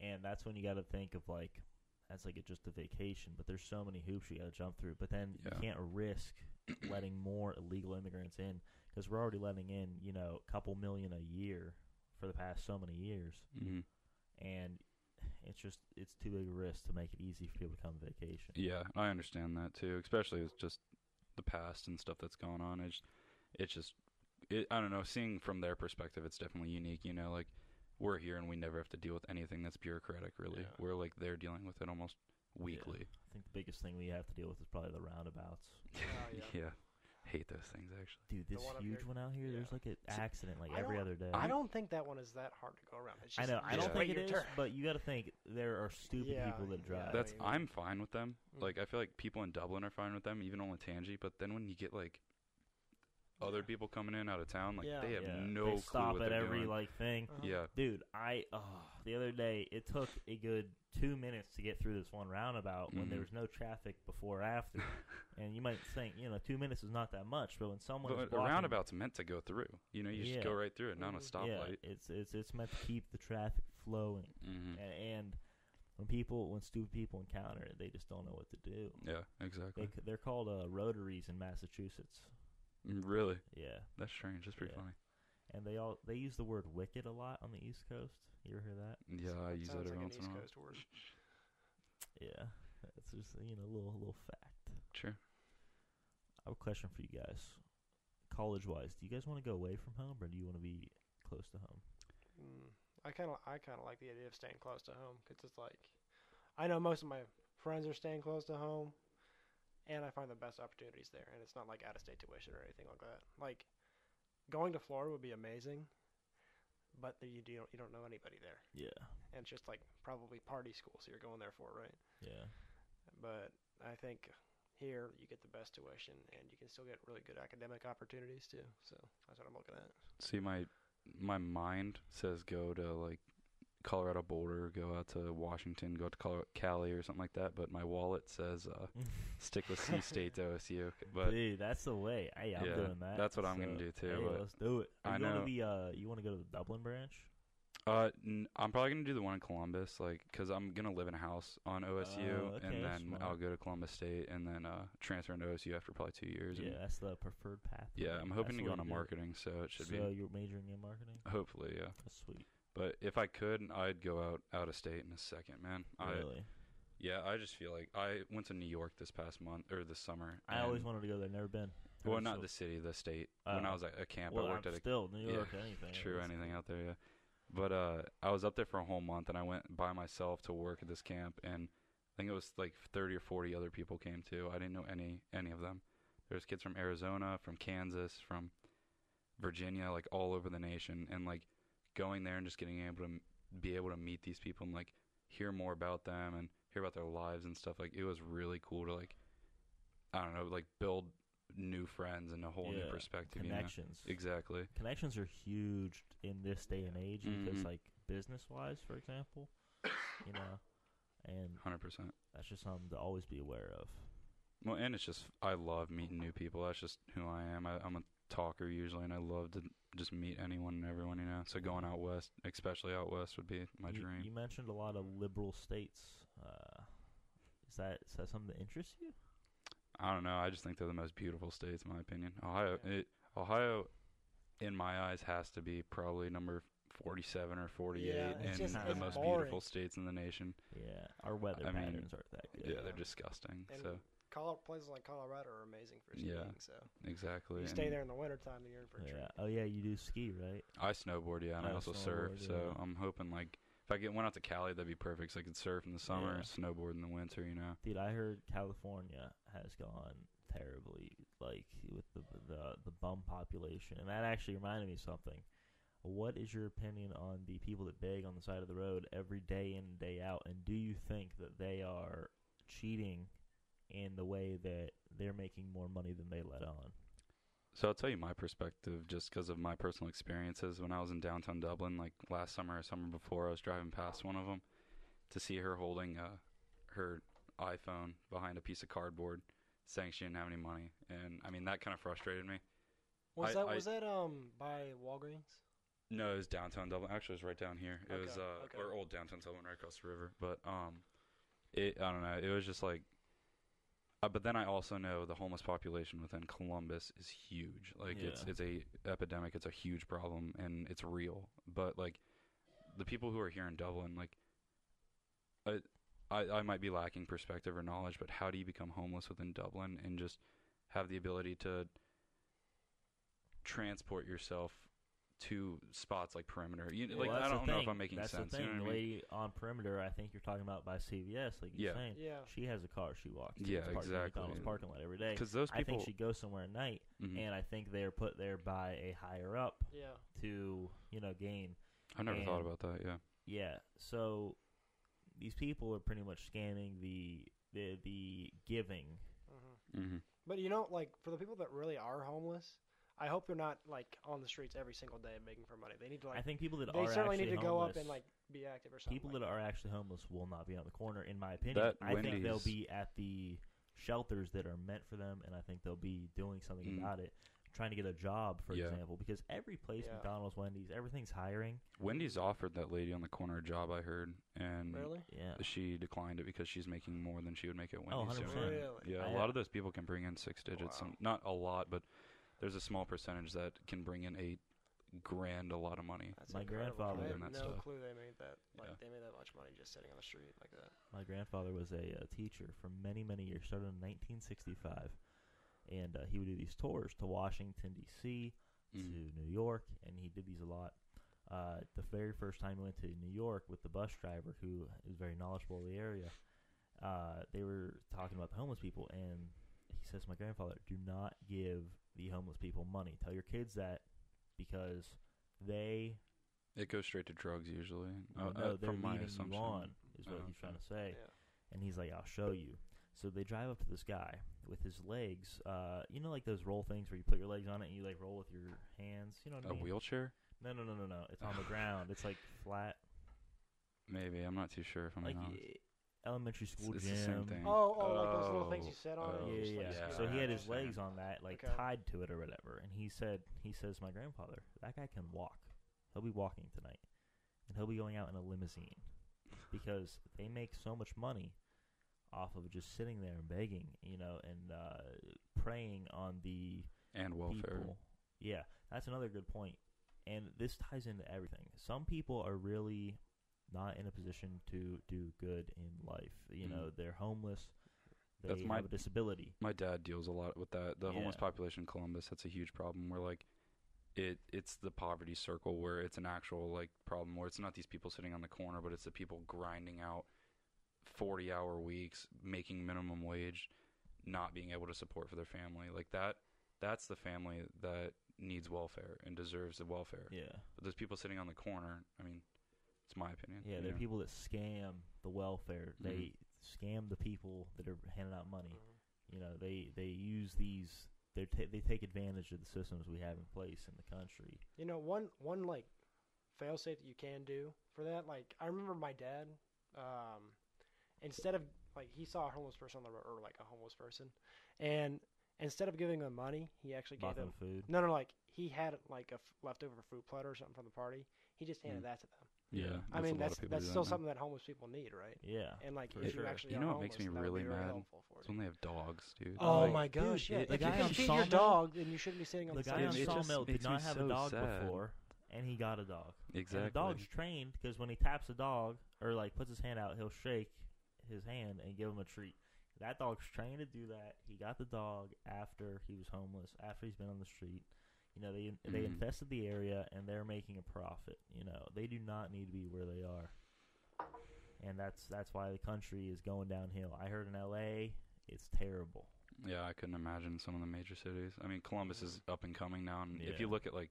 A: And that's when you got to think of like, that's like a, just a vacation, but there's so many hoops you got to jump through. But then
B: Yeah.
A: you can't risk letting more illegal immigrants in because we're already letting in, you know, a couple million a year for the past so many years.
B: mm-hmm.
A: And it's just, it's too big a risk to make it easy for people to come vacation.
B: Yeah, I understand that too, especially with just the past and stuff that's going on. It's it's just it, I don't know, seeing from their perspective it's definitely unique, you know, like we're here and we never have to deal with anything that's bureaucratic really.
C: Yeah.
B: We're like they're dealing with it almost weekly.
A: I think the biggest thing we have to deal with is probably the roundabouts.
C: Oh, yeah.
B: Hate those things actually.
A: Dude, this
C: one up
A: huge
C: here-
A: one out here,
C: yeah.
A: there's like an accident like
C: I
A: every
C: don't-
A: other day.
C: I don't think that one is that hard to go around. It's
A: I
C: just,
A: know. I
B: just
A: don't
B: wait
A: think it is,
C: Turn.
A: but you got to think there are stupid
C: Yeah,
A: people that
C: yeah.
A: drive.
B: That's
C: mean-
B: I'm fine with them.
C: Mm.
B: Like I feel like people in Dublin are fine with them, even on Latangi, but then when you get like other
C: Yeah.
B: people coming in out of town, like
C: Yeah.
B: they have
A: Yeah,
B: no
A: they
B: clue
A: stop
B: what
A: at
B: they're
A: every
B: doing.
A: like thing.
C: Uh-huh.
B: yeah.
A: Dude, I oh, the other day it took a good two minutes to get through this one roundabout when there
B: Mhm.
A: was no traffic before or after. and you might think you know two minutes is not that much, but when someone is
B: But a
A: walking-
B: roundabout's meant to go through. You know, you
A: Yeah. Mm-hmm.
B: just go right through it, not a
C: Mhm.
A: yeah,
B: stoplight.
A: it's it's it's meant to keep the traffic flowing.
B: hmm
A: A- And, when people when stupid people encounter it, they just don't know what to do.
B: Yeah,
A: They,
B: exactly.
A: c- they're called uh, rotaries in Massachusetts.
B: Mm, Really,
A: Yeah.
B: that's strange. That's pretty
A: Yeah.
B: funny.
A: and they all they use the word wicked a lot on the East Coast. You ever hear that?
B: Yeah, I use that
C: Sounds
B: every
C: like an
B: once
C: East
B: in a while.
C: Coast word.
A: Yeah, that's just you know a little little fact.
B: Sure.
A: I have a question for you guys, college wise. Do you guys want to go away from home or do you want to be close to home?
C: Mm. I kind of I kind of like the idea of staying close to home because it's like I know most of my friends are staying close to home, and I find the best opportunities there. And it's not like out of state tuition or anything like that. Like going to Florida would be amazing, but there you do you don't know anybody there,
A: Yeah,
C: and it's just like probably party school, so you're going there for it, right?
A: yeah,
C: But I think here you get the best tuition, and you can still get really good academic opportunities too. So that's what I'm looking at.
B: See, my my mind says go to like Colorado Boulder, go out to Washington, go to Colo- Cali or something like that. But my wallet says uh, stick with C State to OSU. But
A: dude, that's the way. Hey, I'm
B: Yeah,
A: doing that.
B: that's what I'm gonna
A: so,
B: do too,
A: Hey,
B: but
A: let's do it. Are
B: I
A: you going
B: know-
A: to the uh, you want to go to the Dublin branch?
B: uh, n- I'm probably gonna do the one in Columbus, like, cause I'm gonna live in a house on OSU,
A: Oh, okay,
B: and
A: that's
B: then
A: smart.
B: I'll go to Columbus State, and then uh, transfer into OSU after probably two years. and
A: Yeah, that's the preferred path.
B: Yeah, I'm
A: That's
B: hoping
A: the
B: to
A: way
B: go into
A: do it.
B: marketing, so it should
A: So
B: be
A: you're majoring in marketing.
B: hopefully, yeah.
A: That's sweet.
B: But if I could, I'd go out out of state in a second, man. I
A: really,
B: yeah, I just feel like I went to New York this past month or this summer.
A: I always
B: and-
A: wanted to go there. Never been.
B: well,
A: Heard
B: not
A: so-
B: the city, the state. when
A: Oh.
B: I was at a camp,
A: Well,
B: I worked
A: I'm
B: at a
A: still New
B: yeah,
A: York. anything.
B: true
A: that's-
B: anything out there, yeah. But uh, I was up there for a whole month, and I went by myself to work at this camp, and I think it was like 30 or 40 other people came too. I didn't know any any of them. There was kids from Arizona, from Kansas, from Virginia, like all over the nation, and like going there and just getting able to m- be able to meet these people and like hear more about them and hear about their lives and stuff. Like it was really cool to like I don't know, like build new friends and a whole
A: Yeah,
B: new perspective. You know?
A: Connections.
B: Exactly.
A: Connections are huge in this day and age because,
B: Mhm.
A: like, business wise, for example, you know, and
B: Hundred percent.
A: that's just something to always be aware of.
B: Well, and it's just I love meeting new people. That's just who I am. I, I'm a talker usually, and I love to just meet anyone and everyone. You know, so going out west, especially out west, would be my
A: you,
B: dream.
A: You mentioned a lot of liberal states. Uh, is that is that something that interests you?
B: I don't know. I just think they're the most beautiful states, in my opinion. Ohio,
C: Yeah.
B: it, Ohio, in my eyes, has to be probably number 47 or 48
C: Yeah, it's
B: in
A: just-
B: the
A: it's
B: most
C: boring.
B: beautiful states in the nation.
A: Yeah, our weather
B: I mean,
A: patterns aren't that good.
B: Yeah, they're
C: Yeah.
B: disgusting.
C: And
B: so
C: Colo- places like Colorado are amazing for skiing.
B: Yeah.
C: So
B: exactly.
C: you stay
B: and
C: there in the wintertime and you're in for a treat.
A: Yeah. Oh yeah, you do ski, right?
B: I snowboard, yeah, and I
A: I
B: also surf.
A: snowboard,
B: So
A: yeah.
B: I'm hoping like if I get went out to Cali, that'd be perfect. 'cause I could surf in the summer,
A: Yeah.
B: and snowboard in the winter. You know.
A: Dude, I heard California has gone terribly, like with the the the bum population, and that actually reminded me of something. What is your opinion on the people that beg on the side of the road every day in and day out, and do you think that they are cheating in the way that they're making more money than they let on?
B: So I'll tell you my perspective just because of my personal experiences. When I was in downtown Dublin, like last summer or summer before, I was driving past one of them to see her holding uh, her iPhone behind a piece of cardboard, saying she didn't have any money. And I mean, that kind of frustrated me.
C: Was
B: I-
C: that
B: I-
C: was that um by Walgreens?
B: No, it was downtown Dublin. Actually, it was right down here. It was
C: Okay,
B: uh,
C: okay.
B: or old downtown Dublin, right across the river. But um, it I don't know. It was just like, uh, but then I also know the homeless population within Columbus is huge. Like it's
A: Yeah.
B: it's a epidemic. It's a huge problem, and it's real. But like, the people who are here in Dublin, like, I I, I might be lacking perspective or knowledge, but how do you become homeless within Dublin and just have the ability to transport yourself to spots like perimeter? You, like
A: Well,
B: I
A: that's the
B: don't know if
A: thing.
B: I'm making
A: that's
B: sense.
A: the
B: you
A: thing.
B: know what I
A: the
B: mean?
A: lady on perimeter, I think you're talking about by CVS, like you're
B: Yeah.
A: saying.
C: Yeah.
A: She has a car she walks. to.
B: Yeah,
A: It's parked in the
B: exactly.
A: McDonald's parking lot every day.
B: 'Cause those
A: I think
B: people-
A: she goes somewhere at night,
B: Mhm.
A: and I think they are put there by a higher up
C: Yeah.
A: to you know gain.
B: I never thought
A: and-
B: about that. Yeah.
A: Yeah, so these people are pretty much scamming the the the giving.
C: hmm
B: hmm
C: But you know, like for the people that really are homeless, I hope they're not like on the streets every single day begging for money. They need to like
A: I think people that
C: they
A: are
C: certainly need
A: actually
C: to go up
A: homeless-
C: and like be active or something.
A: people
C: like
A: that are actually homeless will not be on the corner, in my opinion.
B: That
A: I think they'll
B: Wendy's-
A: be at the shelters that are meant for them, and I think they'll be doing something
B: Mm.
A: about it, trying to get a job, for
B: Yeah.
A: example, because every place
C: Yeah.
A: McDonald's, Wendy's, everything's hiring.
B: Wendy's offered that lady on the corner a job. I heard, and
C: really.
A: Yeah,
B: she declined it because she's making more than she would make at Wendy's.
A: 100%.
B: doing it.
A: Really?
B: Yeah,
A: I,
B: a
A: uh,
B: lot of those people can bring in six digits.
C: Wow.
B: Some, not a lot, but there's a small percentage that can bring in a grand a lot of money.
C: That's
A: My
C: incredible.
A: grandfather
C: I
B: did
C: had no
B: that stuff.
C: clue they made that. Like
B: Yeah.
C: they made that much money just sitting on the street like that.
A: my grandfather was a, uh teacher for many, many years, started in 1965, and uh, he would do these tours to Washington D.C.
B: Mhm.
A: to New York, and he did these a lot. Uh, the very first time he went to New York with the bus driver, who is very knowledgeable of the area, uh, they were talking about the homeless people, and he says, "My grandfather, do not give the homeless people money. Tell your kids that, because they
B: It goes straight to drugs usually.
A: will
B: uh,
A: know
B: uh,
A: Oh, they're
B: from my
A: leading
B: assumption.
A: you on." Is what
B: Oh,
A: he's trying
B: okay.
A: to say
C: Yeah.
A: and he's like, "I'll show you." So they drive up to this guy with his legs, uh, you know, like those roll things where you put your legs on it and you like roll with your hands. You know what I
B: A
A: mean?
B: wheelchair?
A: No, no, no, no, no. It's on the ground. It's like flat,
B: Maybe I'm not too sure if I'm
A: like
B: not.
A: eh, elementary school
B: it's
A: gym.
B: the same thing.
C: Oh, oh, like those little things
B: Oh,
C: you sit on.
B: oh,
C: and
A: Yeah,
C: you just,
A: yeah.
C: like,
B: yeah.
C: scoot
A: So he
C: around.
A: had his
B: Yeah.
A: legs on that, like
C: Okay.
A: tied to it or whatever. And he said, he says, my grandfather, that guy can walk. He'll be walking tonight, and he'll be going out in a limousine because they make so much money off of just sitting there and begging, you know, and uh, preying on the
B: And welfare.
A: people. Yeah, that's another good point. And this ties into everything. Some people are really not in a position to do good in life. You know, they're homeless. They
B: Mm-hmm. That's
A: have
B: my-
A: a disability.
B: My dad deals a lot with that. The homeless
A: Yeah.
B: population in Columbus, that's a huge problem. Where like it it's the poverty circle where it's an actual like problem where it's not these people sitting on the corner, but it's the people grinding out forty hour weeks, making minimum wage, not being able to support for their family. Like that that's the family that needs welfare and deserves the welfare.
A: Yeah,
B: But those people sitting on the corner, I mean, it's my opinion.
A: yeah.
B: you
A: They're
B: know.
A: people that scam the welfare.
B: Mhm.
A: They scam the people that are handing out money.
C: Mhm.
A: You know, they they use these. They ta- they take advantage of the systems we have in place in the country.
C: You know, one one like fail safe that you can do for that. Like I remember my dad. Um, instead of like he saw a homeless person on the road or like a homeless person, and instead of giving them money, he actually gave
A: Bought
C: them
A: them food.
C: no no like he had like a f- leftover food platter or something from the party. He just handed
B: Mm.
C: that to them.
B: Yeah.
A: Yeah.
B: that's
C: I
B: a
C: mean
B: lot
C: that's
B: of people
C: that's
B: do that
C: still
B: now.
C: something that homeless people need, right?
A: Yeah.
C: And like
A: For
C: if you
A: sure.
C: actually
B: You
C: are
B: know what makes
C: homeless,
B: me
C: that would
B: really
C: be very
B: mad?
C: helpful for
B: It's
C: you.
B: when they have dogs, dude.
C: Oh
B: Like,
C: my
A: dude,
C: gosh!
A: the-
C: yeah,
A: the
C: if
A: guy
C: you
A: on
C: can feed your
A: Sawmill-
C: dog, then you shouldn't be sitting on
A: The
C: the,
A: guy
B: It
A: on
C: street.
B: just
A: Sawmill did
B: makes me
A: not have a
B: so
A: dog
B: sad.
A: before, and he got a dog. And
B: Exactly.
A: the dog's trained because when he taps a dog or like puts his hand out, he'll shake his hand and give him a treat. That dog's trained to do that. He got the dog after he was homeless, after he's been on the street. You know, they they
B: Mhm.
A: infested the area and they're making a profit. You know, they do not need to be where they are. And that's that's why the country is going downhill. I heard in LA, it's terrible.
B: Yeah, I couldn't imagine some of the major cities. I mean, Columbus is up and coming now, and if you
A: Yeah.
B: look at like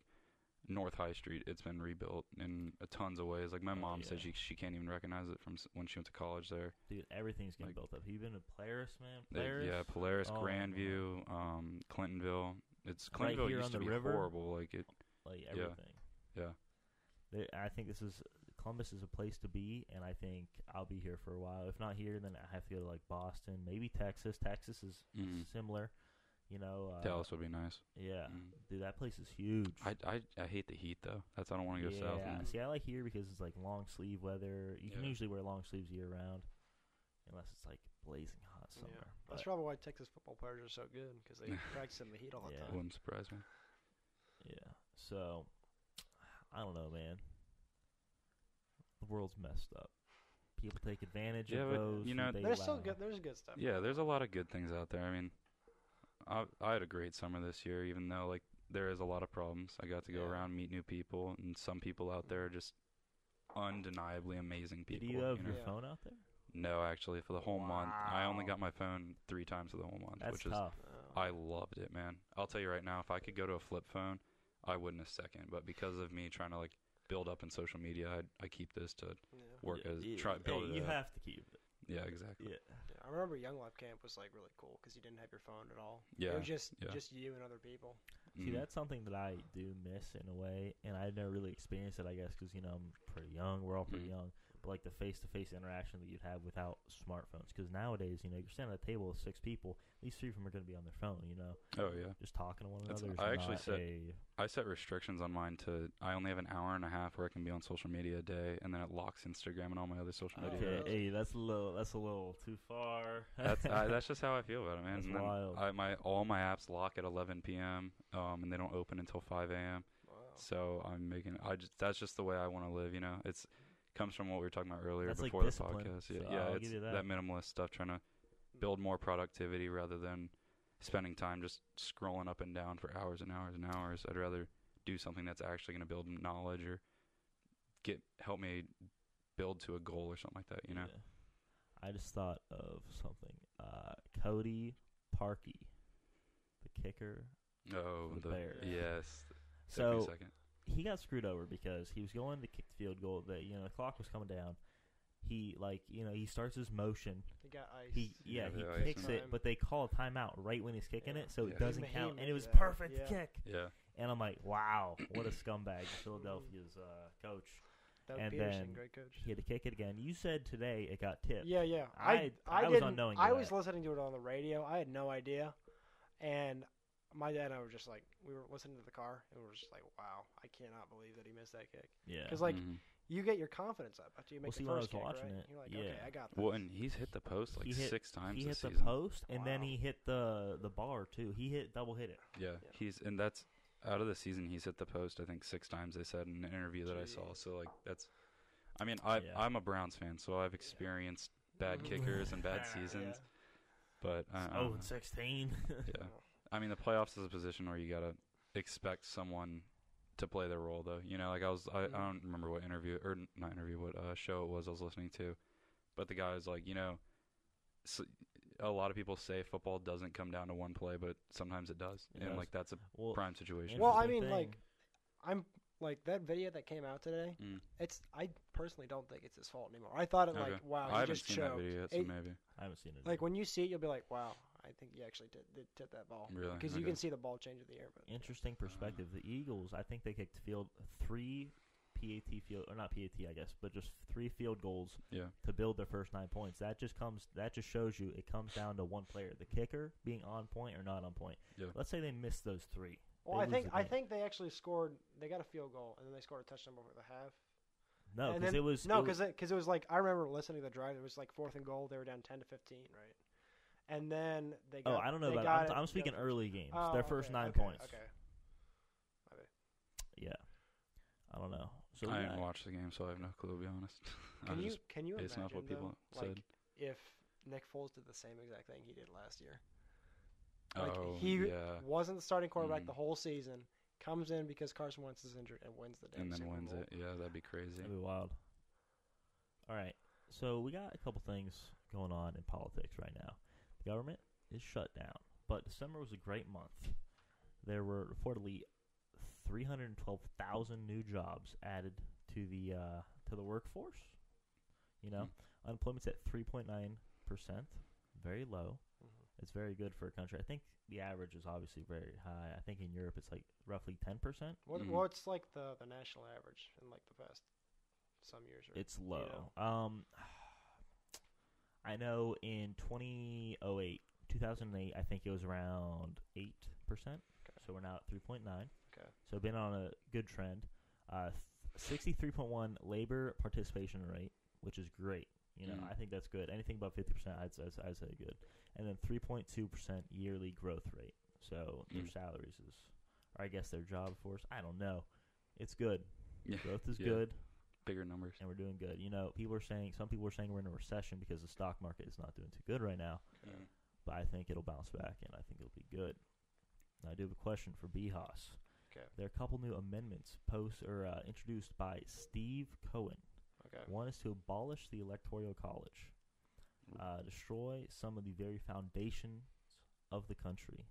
B: North High Street, it's been rebuilt in a tons of ways. Like my
A: Oh,
B: mom said,
A: yeah.
B: she she can't even recognize it from s- when she went to college there.
A: Dude, everything's getting
B: Like-
A: built up. Have you been to Polaris, man?
B: They-
A: Polaris?
B: yeah, Polaris,
A: Oh, my
B: Grandview, um, Clintonville. It's
A: Right
B: Clintonville
A: here
B: used
A: on
B: to
A: the
B: be
A: river.
B: horrible. Like it,
A: like
B: Yeah.
A: everything.
B: Yeah.
A: They, I think this is Columbus is a place to be, and I think I'll be here for a while. If not here, then I have to go to like Boston, maybe Texas. Texas is
B: Mhm.
A: similar, you know. Uh,
B: Dallas would be nice.
A: Yeah,
B: Mm.
A: dude, that place is huge.
B: I, I I hate the heat though. That's I don't want to go
A: yeah,
B: south. man.
A: see, I like here because it's like long sleeve weather. You can
B: Yeah.
A: usually wear long sleeves year round, unless it's like blazing hot
C: Yeah.
A: somewhere.
C: That's
A: but,
B: uh,
C: probably why Texas football players are so good because they practice in the heat all the
A: Yeah.
C: time.
B: Wouldn't surprise me.
A: Yeah, so I don't know, man. The world's messed up. People take advantage
B: Yeah,
A: of
B: but,
A: those.
B: you
A: who
B: know,
A: they
C: There's still
A: allow.
C: good. There's good stuff.
B: Yeah, there's a lot of good things out there. I mean, I I had a great summer this year, even though like there is a lot of problems. I got to go
C: Yeah.
B: around, meet new people, and some people out there are just undeniably amazing
A: Did
B: people.
A: you have
B: know?
A: your
C: Yeah.
A: phone out there?
B: No, actually, for the whole month, I only
A: Wow.
B: got my phone three times for the whole month,
A: That's
B: which is
A: tough.
C: Uh,
B: I loved it, man. I'll tell you right now, if I could go to a flip phone, I wouldn't a second. But because of me trying to like build up in social media, I I keep this to
C: yeah.
B: work
A: Yeah,
B: as
A: yeah,
B: try
A: yeah,
B: build
A: You
B: it. up.
A: have to keep it.
B: yeah, exactly.
A: Yeah.
C: Yeah, I remember Young Life Camp was like really cool because you didn't have your phone at all. it
B: Yeah,
C: was just
B: yeah.
C: just you and other people.
A: See,
B: Mhm.
A: that's something that I do miss in a way, and I never really experienced it. I guess because you know I'm pretty young. We're all pretty
B: Mhm.
A: young, but like the face-to-face interaction that you'd have without smartphones. Because nowadays, you know, you're standing at a table with six people. These three of them are going to be on their phone. You know,
B: Oh yeah.
A: just talking to one
B: That's-
A: another. is
B: I actually
A: not
B: said-
A: a-
B: I set restrictions on mine to I only have an hour and a half where I can be on social media a day, and then it locks Instagram and all my other social
C: Oh,
B: media.
A: Okay,
C: really?
A: hey, that's a little, that's a little too far.
B: That's I, that's just how I feel about it, man.
A: That's
B: and then
A: wild.
B: I, my all my apps lock at 11 p.m. Um, and they don't open until 5 a.m.
C: Wow.
B: Oh. So I'm making I just that's just the way I want to live. You know, it's comes from what we were talking about earlier
A: That's like
B: before the
A: discipline,
B: podcast. Yeah,
A: so
B: yeah
A: I'll give
B: it's
A: you
B: that.
A: that.
B: minimalist stuff, trying to build more productivity rather than spending time just scrolling up and down for hours and hours and hours. I'd rather do something that's actually going to build knowledge or get help me build to a goal or something like that. You know,
A: Yeah. I just thought of something. Uh, Cody Parkey, the kicker.
B: oh,
A: For the
B: the,
A: Bears.
B: yes. Took me
A: So
B: a second.
A: he got screwed over because he was going to kick the field goal. That you know the clock was coming down. He like you know he starts his motion.
C: He got ice.
A: He yeah
B: Yeah, the
A: he
B: ice
A: kicks
C: and-
A: it, but they call a timeout right when he's kicking
C: Yeah.
A: it, so
B: Yeah.
A: it doesn't
C: He- he
A: count. And
C: made
A: it was
C: that.
A: perfect
C: Yeah.
A: kick.
B: Yeah,
A: And I'm like, wow, what a scumbag! Philadelphia's uh, coach.
C: Doug
A: and
C: Peterson,
A: then
C: great coach.
A: He had to kick it again. You said today it got tipped.
C: Yeah, yeah.
A: I-
C: I
A: I
C: I,
A: was
C: didn't,
A: unknowing to
C: I was
A: that.
C: listening to it on the radio. I had no idea, and my dad and I were just like we were listening to the car, and we were just like, "Wow, I cannot believe that he missed that kick."
A: Yeah.
C: Because like
B: Mhm.
C: you get your confidence up after you
A: Well,
C: make
A: see,
C: the
A: when I
C: first
A: was
C: kick,
A: watching
C: right?
A: it,
C: You're like,
A: yeah.
C: "Okay, I got this."
B: well, and he's hit the post like
A: He hit-
B: six times
A: he hit
B: this
A: the
B: season.
A: post and then
C: Wow.
A: he hit the the bar too. He hit double hit it.
B: Yeah,
C: Yeah.
B: he's and that's out of the season. He's hit the post, I think, six times. They said in an interview that I saw.
C: Jeez.
B: So like that's, I mean, I
A: Yeah.
B: I'm a Browns fan, so I've experienced bad
C: Mhm.
B: kickers and bad
A: Yeah.
B: seasons. But uh, I, I
A: oh,
B: don't know.
A: and sixteen.
B: yeah, I mean, the playoffs is a position where you gotta expect someone to play their role, though. You know, like I was, I, I
C: Mhm.
B: don't remember what interview or n- not interview, what uh, show it was I was listening to, but the guy was like, you know. s a a lot of people say football doesn't come down to one play, but sometimes it does,
A: It
B: and
A: does.
B: like that's a
A: well,
B: prime situation.
C: Well, I
A: interesting
C: mean, like,
A: thing.
C: I'm like that video that came out today.
B: Mm.
C: It's I personally don't think it's his fault anymore. I thought it like,
B: Okay. I
C: "Wow, he
B: haven't
C: just
B: seen
C: choked."
B: that video yet, so
C: It-
B: maybe.
A: I haven't seen it.
C: like when you see it, you'll be like, "Wow, I think he actually did, did tip that ball."
B: Really?
C: Because you
B: Okay.
C: can see the ball change at the air. But
A: interesting perspective. The Eagles, I think they kicked field three PAT field or not PAT, I guess, but just three field goals
B: Yeah.
A: to build their first nine points. That just comes. That just shows you it comes down to one player, the kicker being on point or not on point.
B: Yeah.
A: Let's say they miss those three.
C: Well,
A: They
C: I
A: lose
C: think
A: the
C: I
A: game.
C: think they actually scored. They got a field goal, and then they scored a touchdown before the half.
A: No,
C: And
A: because
C: then-
A: it was
C: no,
A: it was-
C: because because it, was like I remember listening to the drive. It was like fourth and goal. They were down ten to fifteen, right? And then they.
A: oh,
C: Got,
A: I don't know
C: they
A: about.
C: got
A: It.
C: it-
A: I'm, I'm
C: they
A: speaking
C: got-
A: early games.
C: Oh,
A: their first
C: okay,
A: nine
C: okay,
A: points.
C: Okay.
A: Yeah. I don't know. So we
B: I
A: got-
B: didn't watch the game, so I have no clue. To be honest,
C: Can
B: I'm
C: you
B: just
C: can you
B: basing
C: imagine
B: off what people
C: though,
B: said.
C: like if Nick Foles did the same exact thing he did last year? Like
B: oh
C: he
B: yeah,
C: wasn't the starting quarterback
B: Mm.
C: the whole season, comes in because Carson Wentz is injured and wins the damn
B: and then
C: Super
B: wins
C: Bowl.
B: it. Yeah, that'd be crazy.
A: That'd be wild. All right. So we got a couple things going on in politics right now. The government is shut down, but December was a great month. There were reportedly 312,000 new jobs added to the uh, to the workforce. You know,
B: Hmm.
A: unemployment's at 3.9 percent, very low.
C: Mhm.
A: It's very good for a country. I think the average is obviously very high. I think in Europe it's like roughly 10 percent.
C: What
B: Mm.
C: what's like the, the national average in like the past some years? Or
A: It's low. Um, I know in 2008, 2008, I think it was around 8%. So we're now at 3.9.
C: Okay.
A: So been on a good trend. Uh, th- 63.1 labor participation rate, which is great. You know,
B: Mm.
A: I think that's good. Anything above 50%, I'd, I'd, I'd say good. And then 3.2% yearly growth rate. So their
B: Mm.
A: salaries is, or I guess their job force, I don't know. It's good.
B: Yeah,
A: Growth is
B: yeah,
A: good
B: Bigger numbers.
A: and we're doing good. You know, people are saying some people are saying we're in a recession because the stock market is not doing too good right now.
B: Mm.
A: But I think it'll bounce back, and I think it'll be good. Now, I do have a question for BHOS.
C: Okay.
A: There are a couple new amendments post or uh, introduced by Steve Cohen.
C: Okay.
A: One is to abolish the electoral college,
C: Mm.
A: uh, destroy some of the very foundations of the country.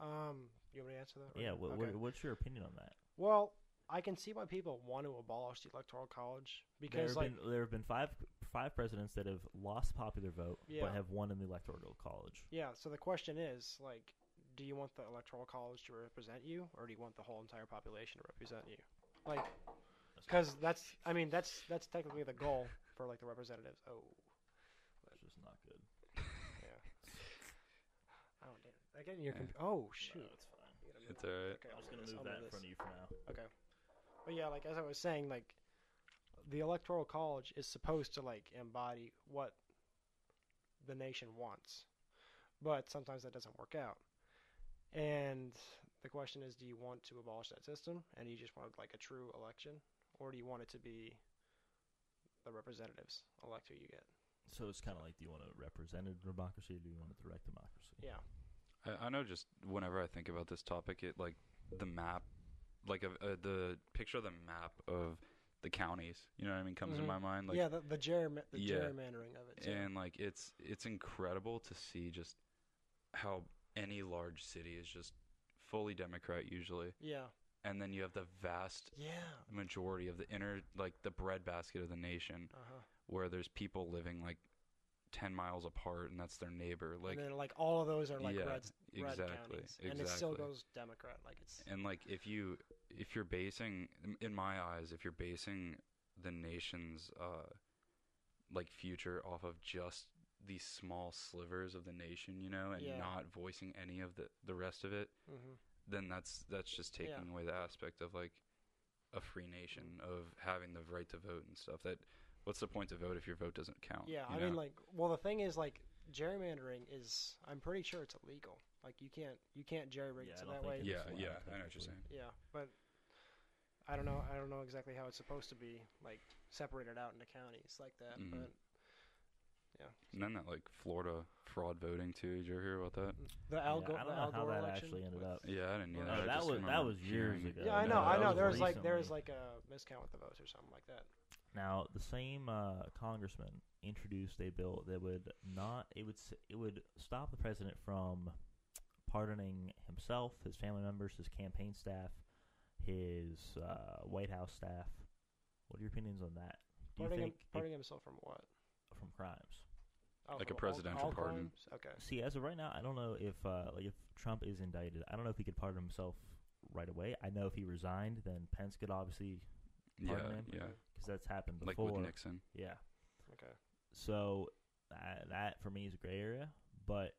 C: Um, you want me to answer that? right
A: Yeah.
C: now?
A: What,
C: Okay.
A: what, what's your opinion on that?
C: Well, I can see why people want to abolish the electoral college
A: there
C: because
A: have
C: like
A: been there have been five five presidents that have lost popular vote
C: Yeah.
A: but have won in the electoral college.
C: yeah, so the question is like do you want the electoral college to represent you or do you want the whole entire population to represent you? Like cuz that's I mean that's that's technically the goal for like the representatives. Oh,
A: That's just not good.
C: I don't know. Again, your
B: Yeah.
C: comp- Oh, shoot.
A: it's fine.
C: You gotta move
B: It's
C: on.
B: alright.
C: Okay,
A: I'm just
C: I'll
A: gonna
C: move
A: move
C: this,
A: that
C: I'll
A: in
C: move
A: front of
C: this.
A: you for now.
C: Okay. But yeah, like as I was saying, like the electoral college is supposed to like embody what the nation wants. But sometimes that doesn't work out. And the question is, do you want to abolish that system and you just want like a true election or do you want it to be the representatives elect who you get?
A: So it's kind of like, do you want a representative democracy or do you want a direct democracy?
C: Yeah.
B: I, I know. Just whenever I think about this topic, it like the map, like of uh, the picture of the map of the counties. You know what I mean? Comes
C: Mhm.
B: in my mind. Like,
C: yeah, the, the, gerryma- the
B: Yeah.
C: gerrymandering of it. too.
B: and like it's it's incredible to see just how any large city is just fully Democrat usually,
C: yeah.
B: and then you have the vast
C: Yeah.
B: majority of the inner like the breadbasket of the nation
C: Uh-huh.
B: where there's people living like 10 miles apart and that's their neighbor like
C: and then like all of those are like
B: yeah
C: red red
B: exactly
C: counties,
B: exactly
C: and it still goes Democrat. Like it's
B: and like if you if you're basing in my eyes if you're basing the nation's uh like future off of just these small slivers of the nation you know and
C: Yeah.
B: not voicing any of the the rest of it
C: mm-hmm.
B: then that's that's just taking
C: Yeah.
B: away the aspect of like a free nation of having the right to vote and stuff that what's the point to vote if your vote doesn't count
C: yeah.
B: you
C: I mean,
B: know?
C: like, well, the thing is, like, gerrymandering is. I'm pretty sure it's illegal. Like, you can't you can't jerry-rig
A: Yeah,
C: it
A: I
C: so
A: don't
C: that
A: think
C: way.
A: it-
B: yeah
A: it's allowed
B: yeah i know what
A: technically.
B: you're saying
C: Yeah, but I don't know. I don't know exactly how it's supposed to be like separated out into counties like that.
B: Mhm.
C: But
B: and then that like florida fraud voting too did you ever hear about that
C: the Al,
A: Yeah,
C: Gore-
A: I
C: the
A: don't
C: Al
A: know how
C: Gore
A: that
C: election
A: actually ended
C: with-
A: up.
B: yeah i didn't
A: Oh,
B: either
A: that
B: I just
A: was- that
B: remember
A: was years
B: hearing-
A: ago.
C: Yeah, I
A: No,
C: know.
A: that
C: I know.
A: was
C: There was like there was
A: recently.
C: like a miscount with the votes or something like that.
A: Now, the same uh, congressman introduced a bill that would not it would s- it would stop the president from pardoning himself, his family members, his campaign staff, his uh, White House staff. What are your opinions on that? Do you
C: Parting, him,
A: think it-
C: parting himself from what?
A: from crimes?
C: Oh,
B: Like
C: from
B: a
C: all-
B: presidential
C: all
B: pardon.
C: crimes? Okay.
A: See, as of right now, I don't know if uh, like if Trump is indicted. I don't know if he could pardon himself right away. I know if he resigned, then Pence could obviously
B: yeah
A: Pardon him?
B: yeah
A: because that's happened
B: like
A: before.
B: with nixon
A: Yeah.
C: Okay.
A: So that, that for me is a gray area, but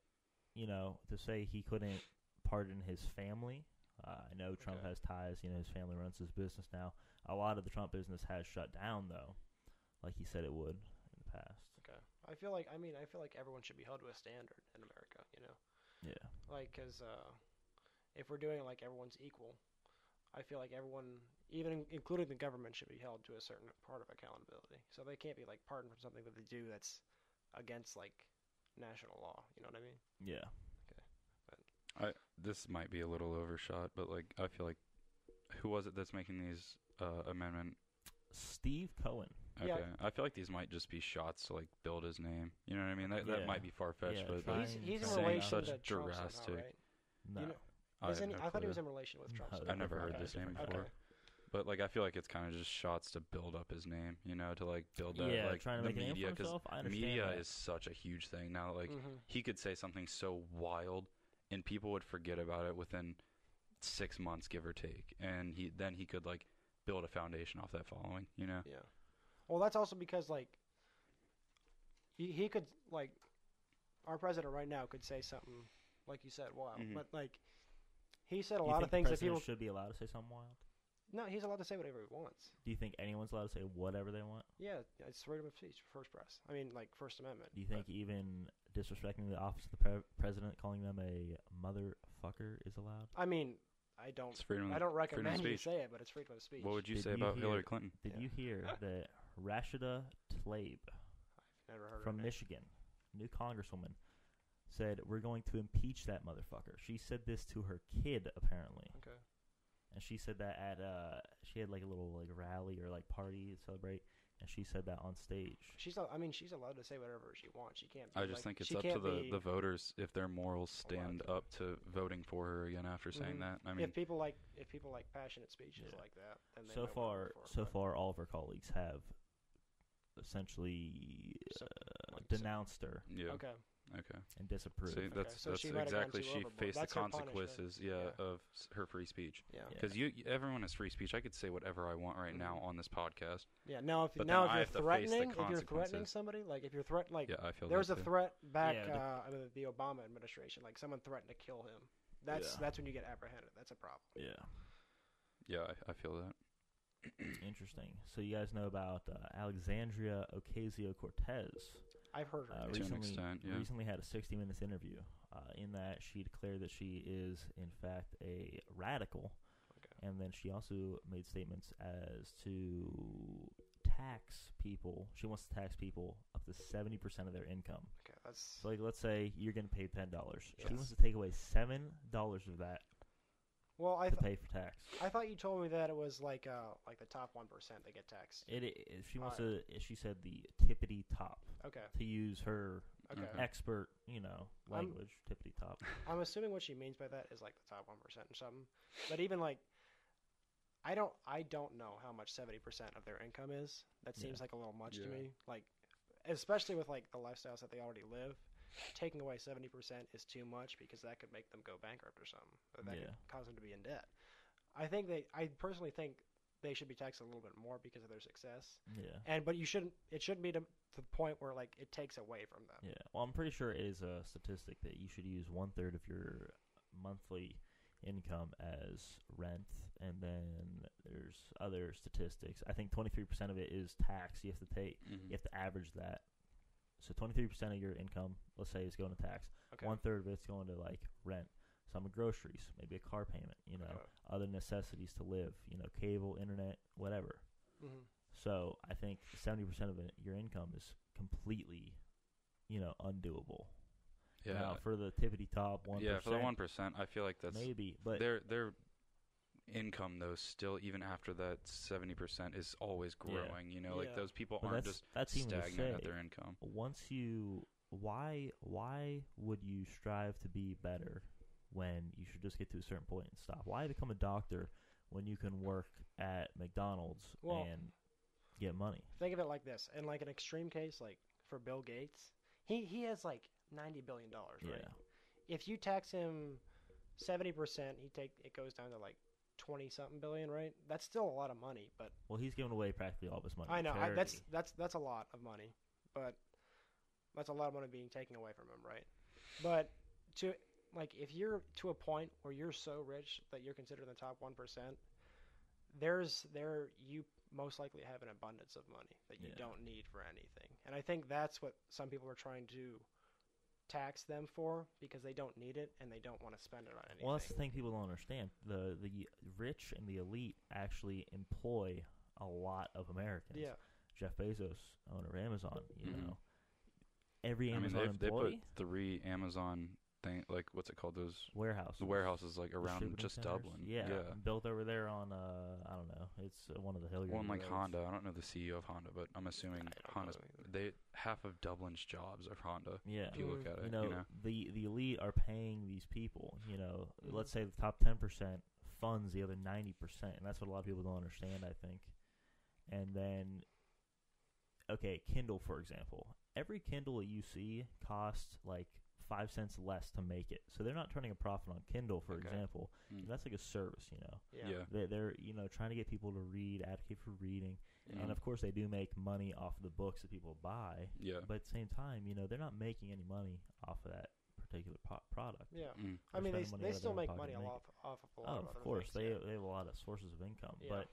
A: you know to say he couldn't pardon his family. Uh, I know Trump
C: Okay.
A: has ties. You know his family runs his business now. A lot of the Trump business has shut down though, like he said it would in the past.
C: Okay. I feel like I mean I feel like everyone should be held to a standard in America. You know.
A: Yeah.
C: like because uh, if we're doing it like everyone's equal i feel like everyone even in- including the government, should be held to a certain part of accountability. So they can't be like pardoned for something that they do that's against like national law. You know what I mean?
A: Yeah.
B: This might be a little overshot, but like I feel like who was it that's making these uh, amendment?
A: Steve Cohen.
B: Okay,
C: Yeah.
B: I feel like these might just be shots to like build his name. You know what I mean? That that
A: Yeah.
B: might be far fetched,
A: Yeah,
B: but
A: try-
C: he's
A: Fine.
C: he's in
B: Saying
C: relation
B: such
C: to Trump somehow,
B: drastic-
C: right?
A: No.
C: know-
B: I,
C: Isn't he,
B: have no
C: I thought he
B: clue.
C: was in relation with Trump.
A: No.
C: somehow.
B: I never heard
A: Okay.
B: this name
A: Okay.
B: before. But like I feel like it's kind of just shots to build up his name, you know, to like build up
A: yeah,
B: like
A: trying to
B: the
A: make a name for
B: media because
A: himself. I understand
B: media
A: that. Mm.
B: is such a huge thing now. Like
C: Mhm.
B: he could say something so wild and people would forget about it within six months, give or take, and he then he could like build a foundation off that following, you know.
C: Yeah. Well, that's also because like he he could like our president right now could say something like you said wild,
B: Mhm.
C: but like he said a
A: Do you
C: lot
A: think
C: of things that
A: presidents
C: people.
A: should be allowed to say something wild.
C: No, he's allowed to say whatever he wants.
A: Do you think anyone's allowed to say whatever they want?
C: Yeah, it's freedom of speech, first press. I mean, like First Amendment.
A: Do you think even disrespecting the office of the pre- president, calling them a motherfucker, is allowed?
C: I mean, I don't.
B: It's freedom.
C: I don't recommend you
B: speech.
C: say it, but it's freedom of speech.
B: What would you
A: Did
B: say
A: you
B: about
A: hear-
B: Hillary Clinton?
A: Did
C: Yeah.
A: you hear that Rashida Tlaib
C: Never heard
A: from
C: of it.
A: Michigan, new congresswoman, said we're going to impeach that motherfucker? She said this to her kid apparently,
C: Okay.
A: and she said that at uh she had like a little like rally or like party to celebrate, and she said that on stage.
C: She's. al- I mean, she's allowed to say whatever she wants. She can't. Be,
B: I just
C: like-
B: think it's
C: she
B: up to
C: can't
B: the,
C: be-
B: the voters if their morals stand
C: Allowed.
B: up to voting for her again after saying
C: Mhm.
B: that. I mean,
C: if people like if people like passionate speeches
A: Yeah.
C: like that, then they
A: So
C: might wanna
A: far,
C: vote for it,
A: so
C: but
A: far, all of her colleagues have essentially
C: So-
A: uh,
C: like so-
A: denounced her
B: yeah,
C: Okay.
B: okay.
A: and disapproved.
B: See, that's
C: so
B: that's
C: she might have gone
B: exactly
C: too
B: she
C: overboard.
B: faced
C: That's
B: the
C: her punishment.
B: consequences, yeah,
C: Yeah.
B: of s- her free speech.
C: Yeah. Mm-hmm.
A: Yeah.
B: Because you, everyone has free speech. I could say whatever I want right now on this podcast.
C: Yeah. Now if
B: But
C: now
B: then
C: if
B: I
C: you're
B: have to face the
C: threatening, if you're threatening
B: consequences.
C: somebody, like if you're threat, like
B: Yeah, I feel
C: there was a
B: that too.
C: threat back
A: Yeah, the-
C: uh, under the Obama administration, like someone threatened to kill him. That's
A: Yeah.
C: that's when you get apprehended. That's a problem.
A: Yeah,
B: Yeah, I, I feel that.
A: interesting. So you guys know about uh, Alexandria Ocasio Cortez?
C: I've heard
A: Uh,
C: her.
B: To an
A: recently,
B: extent, yeah.
A: recently had a 60 Minutes interview. Uh, in that, she declared that she is in fact a radical,
C: Okay.
A: and then she also made statements as to tax people. She wants to tax people up to 70% of their income.
C: okay, that's
A: So like, let's say you're getting paid ten dollars. She
C: Yes.
A: wants to take away seven dollars of that
C: well. I
A: to
C: th-
A: pay for tax.
C: I thought you told me that it was like uh like the top one percent that get taxed.
A: It, it she wants
C: Alright.
A: to. She said the tippity top
C: Okay.
A: to use her
C: Okay.
B: Okay.
A: expert, you know,
C: I'm-
A: language. tippity top.
C: I'm assuming what she means by that is like the top one percent or something. But even like, I don't I don't know how much seventy percent of their income is. That
A: Yeah.
C: seems like a little much to
B: Yeah.
C: me. Like, especially with like the lifestyles that they already live, taking away seventy percent is too much because that could make them go bankrupt or something. Or that
A: Yeah.
C: could cause them to be in debt. I think they. I personally think they should be taxed a little bit more because of their success.
A: Yeah,
C: And but you shouldn't. It shouldn't be to, to the point where like it takes away from them.
A: yeah. Well, I'm pretty sure it is a statistic that you should use one third of your monthly income as rent, and then there's other statistics. I think 23% of it is tax. You have to take.
B: Mhm.
C: Mm-hmm.
A: You have to average that. So 23% of your income, let's say, is going to tax.
C: Okay.
A: One third of it's going to like rent, some groceries, maybe a car payment, you know,
C: Uh,
A: other necessities to live, you know, cable, internet, whatever.
C: hmm
A: So I think 70% of it, your income is completely, you know, undoable.
B: Yeah,
A: Now, for the tippity top 1%,
B: yeah. For the one percent, I feel like that's
A: maybe, but
B: their their income though. Still, even after that seventy percent is always
A: Yeah.
B: growing. You know, like
C: Yeah.
B: those people
A: but
B: aren't
A: that's,
B: just
A: that's even to
B: stagnant
A: say,
B: at their income.
A: once you, why, why would you strive to be better when you should just get to a certain point and stop? Why become a doctor when you can work at McDonald's
C: Well-
A: and get money?
C: think of it like this in like an extreme case like for bill gates he he has like 90 billion dollars right
A: Yeah.
C: if you tax him 70% he take it goes down to like 20 something billion right that's still a lot of money but
A: Well, he's giving away practically all of his money.
C: i
A: to
C: know I, that's
A: charity.
C: that's that's a lot of money but that's a lot of money being taken away from him right but to like if you're to a point where you're so rich that you're considered in the top 1% there's there you most likely have an abundance of money that you
A: Yeah.
C: don't need for anything and i think that's what some people are trying to tax them for because they don't need it and they don't want to spend it on anything.
A: Well, that's the thing people don't understand. The the rich and the elite actually employ a lot of Americans.
C: yeah,
A: Jeff Bezos, owner of Amazon, you
B: Mhm.
A: know. Every
B: I mean,
A: Amazon
B: they've, they put
A: employee
B: three Amazon thing like what's it called? Those
A: warehouse.
B: the warehouses like around
A: distributing
B: just
A: centers.
B: Dublin.
A: Yeah, built over there on uh, I don't know. It's uh, one of the hillier.
B: Well, and like Honda. I don't know the CEO of Honda, but I'm assuming
C: don't
B: Honda's.
C: know either.
B: They half of Dublin's jobs are Honda.
A: Yeah.
B: If you look
C: Mm.
B: at it,
A: You know,
B: you know?
A: the the elite are paying these people. You know,
C: Mhm.
A: let's say the top ten percent funds the other ninety percent, and that's what a lot of people don't understand. I think. And then, okay, Kindle for example. Every Kindle that you see costs like five cents less to make it, so they're not turning a profit on Kindle, for
C: Okay.
A: example.
B: Mm.
A: And that's like a service, you know.
C: yeah,
B: Yeah.
A: They, they're you know trying to get people to read, advocate for reading, and
B: Mhm.
A: of course they do make money off the books that people buy.
B: Yeah.
A: But at the same time, you know, they're not making any money off of that particular po- product.
C: yeah.
B: Mm.
C: I
A: They're
C: mean,
A: spending
C: they, s-
A: money out
C: they
A: of
C: still
A: their
C: make
A: pocket
C: money
A: to
C: a
A: make
C: lot off of a lot
A: Oh,
C: of,
A: of
C: other
A: course,
C: things,
A: they
C: yeah.
A: they have a lot of sources of income,
C: Yeah.
A: but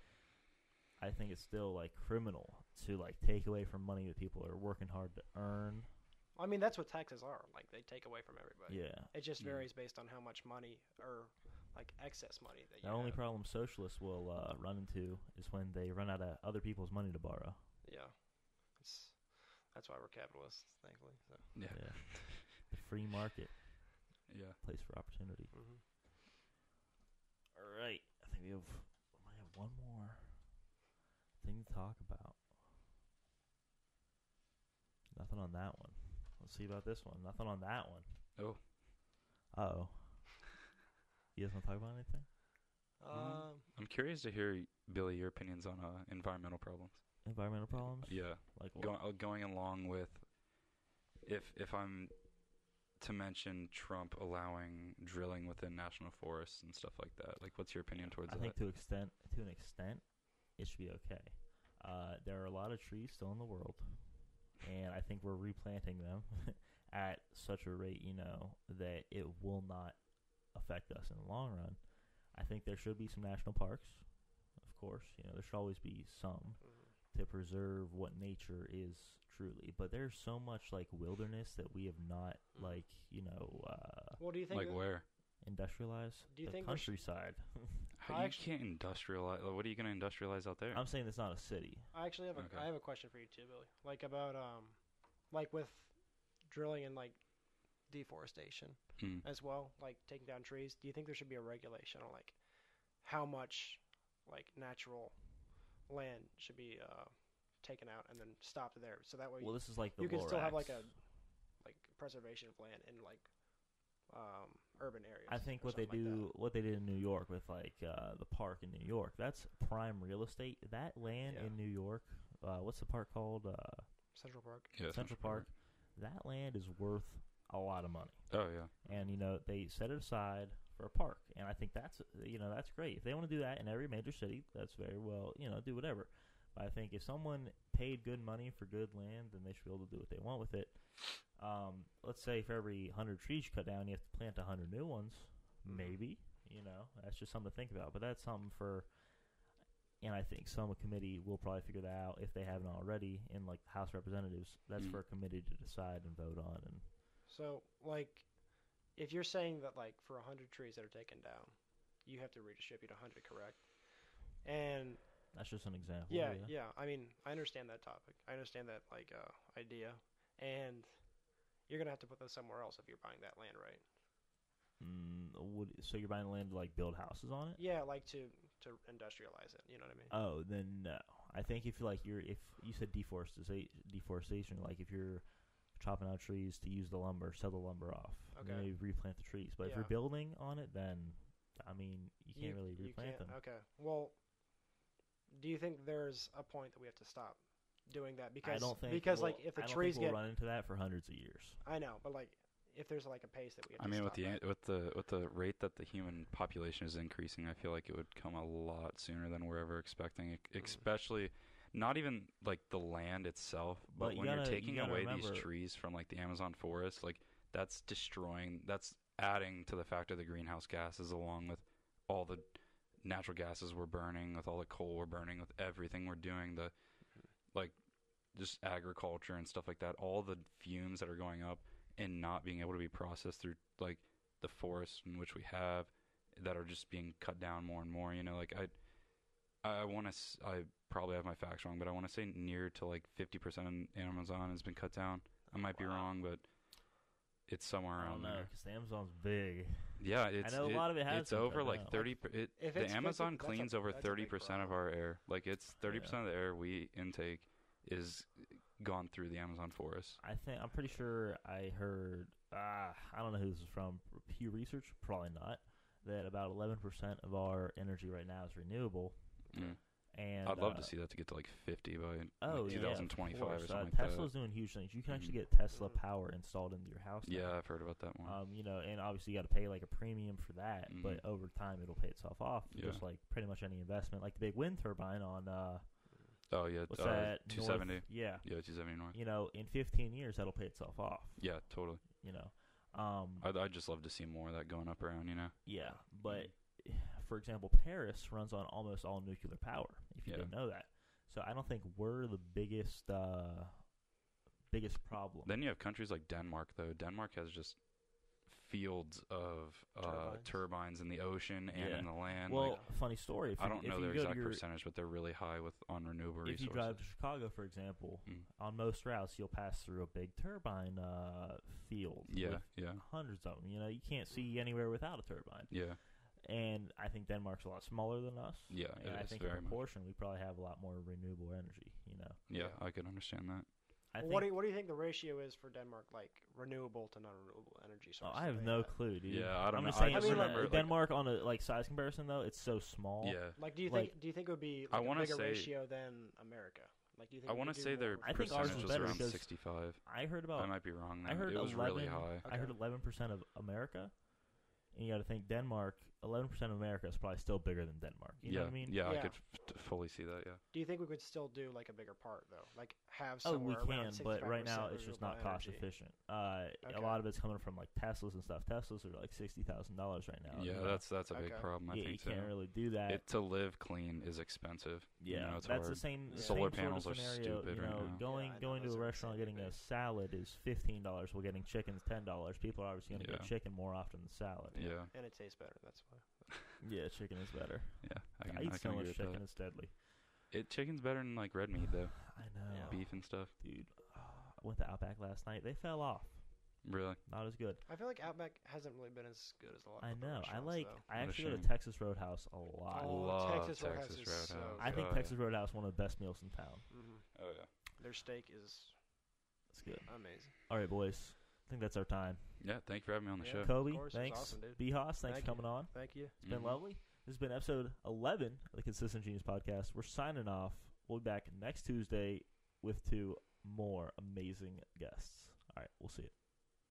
A: I think it's still like criminal to like take away from money that people are working hard to earn.
C: I mean, that's what taxes are. Like they take away from everybody.
A: Yeah.
C: It just
B: Mm.
C: varies based on how much money or like excess money that
A: The
C: you
A: only
C: have.
A: problem socialists will uh, run into is when they run out of other people's money to borrow.
C: yeah. It's, that's why we're capitalists, thankfully. So.
B: Yeah.
A: Yeah. The free market,
B: Yeah.
A: place for opportunity.
C: Mm-hmm.
A: All right, I think we have we might have one more thing to talk about. Nothing on that one. Let's see about this one. Nothing on that one.
B: Oh.
A: Uh oh. You guys want to talk about anything?
B: Mm.
C: Um,
B: I'm curious to hear Billy your opinions on uh, environmental problems.
A: Environmental problems?
B: Yeah.
A: Like what?
B: Go- uh, going along with if if I'm to mention Trump allowing drilling within national forests and stuff like that. Like, what's your opinion towards
A: I
B: that?
A: think to extent to an extent, it should be okay. Uh, there are a lot of trees still in the world, and I think we're replanting them at such a rate, you know, that it will not affect us in the long run. I think there should be some national parks, of course. You know, there should always be some
C: mhm.
A: to preserve what nature is truly. But there's so much like wilderness that we have not
C: Mhm.
A: like you know uh,
C: Well, do you think?
B: Like
C: that-
B: where?
A: industrialized.
C: Do you
A: the
C: think we sh-
A: countryside?
B: How
C: I
B: you
C: actu-
B: can't industrialize. Like, what are you going to industrialize out there?
A: I'm saying it's not a city.
C: I actually have a I
B: Okay.
C: have a question for you too, Billy. Like about um, like with drilling and like deforestation
A: Hmm.
B: Mm.
C: as well, like taking down trees. Do you think there should be a regulation on like how much like natural land should be uh, taken out and then stopped there, so that way
A: Well, this is like the
C: you can still have like
A: Lorax.
C: a like preservation of land in like um, urban areas.
A: I think
C: or
A: what they
C: something like
A: do, what they did in New York with like uh, the park in New York, that's prime real estate. That land
C: Yeah.
A: in New York, uh, what's the park called? Uh,
C: that. Central Park.
B: Yeah,
A: Central Park. That land is worth a lot of money,
B: Oh yeah.
A: and you know they set it aside for a park, and I think that's you know that's great. If they want to do that in every major city, that's very well you know do whatever. But I think if someone paid good money for good land, then they should be able to do what they want with it. Um, let's say for every hundred trees you cut down, you have to plant hundred new ones.
C: Mhm.
A: Maybe you know that's just something to think about. But that's something for, and I think some committee will probably figure that out if they haven't already in like the House of Representatives. That's
B: Mm.
A: for a committee to decide and vote on. And
C: So, like, if you're saying that, like, for 100 trees that are taken down, you have to redistribute 100, correct? And
A: that's just an example.
C: yeah, yeah, I mean, I understand that topic. I understand that, like, uh, idea. And you're going to have to put those somewhere else if you're buying that land, right?
A: Mm, would, so you're buying land to like build houses on it?
C: Yeah, like to to industrialize it. You know what I mean?
A: Oh, then no. I think if like you're if you said deforestation, deforestation, like if you're chopping out trees to use the lumber, sell the lumber off, and then
C: Okay.
A: you replant the trees. But if you're
C: Yeah.
A: building on it, then I mean you can't really
C: you
A: replant
C: can't- uh,
A: them.
C: Okay. Well, do you think there's a point that we have to stop doing that? Because
A: I don't think
C: because
A: we'll-
C: like if the
A: I don't
C: trees
A: think we'll
C: get,
A: run into that for hundreds of years.
C: I know, but like if there's like a pace that we have
B: I
C: to
B: mean, with
C: stop
B: the
C: at.
B: an- with the with the rate that the human population is increasing, I feel like it would come a lot sooner than we're ever expecting. e-
C: Mm.
B: Especially, not even like the land itself, but,
A: But you
B: when
A: gotta-
B: you're
A: you
B: taking
A: gotta
B: away
A: remember-
B: these trees from like the Amazon forest, like that's destroying. That's adding to the fact of the greenhouse gases, along with all the natural gases we're burning, with all the coal we're burning, with everything we're doing. The like just agriculture and stuff like that. All the fumes that are going up and not being able to be processed through like the forests in which we have that are just being cut down more and more. You know, like I, I want to, I probably have my facts wrong, but I want to say near to like 50% in Amazon has been cut down. I might be
A: Wow.
B: wrong, but it's somewhere
A: I don't
B: around
A: know
B: there.
A: because the Amazon's big.
B: Yeah, it's
A: know a lot of it has
B: it's
A: been cut
B: over like
A: down.
B: 30 per- it,
C: If
B: the
C: it's 50,
B: Amazon
C: that's a-
B: cleans over
C: that's a big
B: 30% of
C: problem.
B: our air. Like it's 30% of the air we intake is gone through the Amazon forest.
A: I think I'm pretty sure I heard. Ah, I don't know who this is from. Pew Research, probably not. That about 11% of our energy right now is renewable,
B: Mm.
A: and
B: I'd love
A: uh,
B: to see that to get to like 50 by like,
A: Oh, yeah, of
B: 2025 or
A: course.
B: something
A: uh,
B: like that.
A: Tesla's doing huge things. You can actually
B: Mhm.
A: get Tesla power installed into your house. now.
B: Yeah, I've heard about that one.
A: Um, you know, and obviously you got to pay like a premium for that, but
B: Mhm.
A: over time it'll pay itself off,
B: Yeah.
A: just like pretty much any investment. Like the big wind turbine on uh,
B: oh yeah,
A: what's
B: uh,
A: that?
B: 270.
A: North, yeah,
B: Yeah, 270 north.
A: you know, in 15 years that'll pay itself off.
B: Yeah, totally.
A: You know, um,
B: I'd, I'd just love to see more of that going up around. You know.
A: yeah, but for example, Paris runs on almost all nuclear power. If you
B: Yeah.
A: didn't know that, so I don't think we're the biggest uh, biggest problem.
B: Then you have countries like Denmark though. Denmark has just fields of uh, turbines.
C: Turbines.
B: in the ocean and
A: Yeah.
B: in the land.
A: well,
B: like,
A: funny story. If
B: I
A: you-
B: don't
A: if
B: know
A: you
B: their
A: go to
B: exact
A: your,
B: percentage, but they're really high with on renewable
A: if
B: resources.
A: you drive to Chicago, for example,
B: Mm.
A: on most routes you'll pass through a big turbine uh, field.
B: yeah,
A: with
B: yeah,
A: hundreds of them. You know, you can't see anywhere without a turbine.
B: yeah,
A: And I think Denmark's a lot smaller than us.
B: Yeah,
A: and
B: it
A: I
B: is
A: think in
B: very much.
A: proportion we probably have a lot more renewable energy. You know,
B: yeah. I could understand that.
A: I
C: Well, what do
A: think.
C: you, what do you think the ratio is for Denmark, like renewable to non-renewable energy
A: oh,
C: sources?
A: I have
C: mean,
A: no
C: uh,
A: clue, dude.
B: Yeah, I don't
A: am
B: know.
A: Just
B: I
A: saying,
B: just
A: like,
B: remember, like-
A: Denmark on a like size comparison though, it's so small.
B: Yeah,
C: Like, do you
A: Like-
C: think do you think it would be
B: I
C: like, a
B: wanna
C: bigger
B: say-
C: ratio than America? Like, do you think
B: I
C: we
B: want to
C: could do
B: say their
C: more
A: I
C: with
A: think ours
B: percentage
A: was
B: was
A: better
B: around
A: because-
B: 65.
A: I heard
B: I
A: about.
B: might be wrong. Then.
A: I heard
B: it was really
A: 11
B: high.
A: I heard 11 percent of America, and you got to think Denmark. 11 percent of America is probably still bigger than Denmark. You
B: yeah,
A: know what I mean?
B: yeah, I
C: Yeah.
B: could f- t- fully see that. Yeah.
C: Do you think we could still do like a bigger part though? Like have
A: Oh, we
C: somewhere
A: can,
C: around
A: but right now
C: 65%
A: it's just
C: renewable
A: not cost
C: energy?
A: efficient. Uh,
C: Okay.
A: A lot of it's coming from like Teslas and stuff. Teslas are like sixty thousand dollars right now.
B: yeah,
A: you know?
B: that's that's a big
C: Okay.
B: problem. I
A: yeah, you
B: think so.
A: can't really do that.
B: It, to live clean is expensive. you
A: yeah,
B: know, it's
A: that's the
B: hard.
A: same.
C: Yeah.
A: same
B: Solar
A: sort of
B: panels are
A: scenario,
B: stupid
A: you
B: right
A: know,
B: now.
A: Going
C: Yeah, I know,
A: going to
C: those
A: a
C: are
A: restaurant getting a
C: insanely
A: salad is fifteen dollars. While getting chicken's ten dollars. People are obviously going to
B: Yeah.
A: get chicken more often than salad.
B: Yeah,
C: and it tastes better. That's why.
A: yeah, chicken is better.
B: yeah. I can,
A: I
B: I
A: eat so
B: can agree
A: much
B: with
A: chicken;
B: that.
A: it's deadly.
B: It chicken's better than like red meat though,
A: I know,
C: Yeah.
B: beef and stuff.
A: dude. I went to Outback last night. They fell off.
B: Really,
A: Not as good.
C: I feel like Outback hasn't really been as good as a lot.
A: I
C: of other
A: know. I
C: restaurants,
A: like.
C: though.
A: I
B: What a
A: actually go to
B: shame.
A: Texas Roadhouse a lot.
C: Oh,
B: love
C: Texas Roadhouse
B: Texas
C: is so
B: Roadhouse.
A: I think
B: Oh, yeah.
A: Texas Roadhouse is one of the best meals in town.
C: Mhm.
B: Oh yeah,
C: Their steak is
A: It's good.
C: amazing.
A: All right, boys. I think that's our time.
B: yeah. Thank you for having me on the
C: Yeah.
B: show.
C: Of
A: Kobe,
C: course, it was
A: thanks.
C: awesome, dude.
A: B Haas, thanks
C: Thank
A: for coming on.
C: Thank you.
A: It's been
B: Mhm.
A: lovely. This has been episode 11 of the Consistent Genius Podcast. We're signing off. We'll be back next Tuesday with two more amazing guests. All right, we'll see you.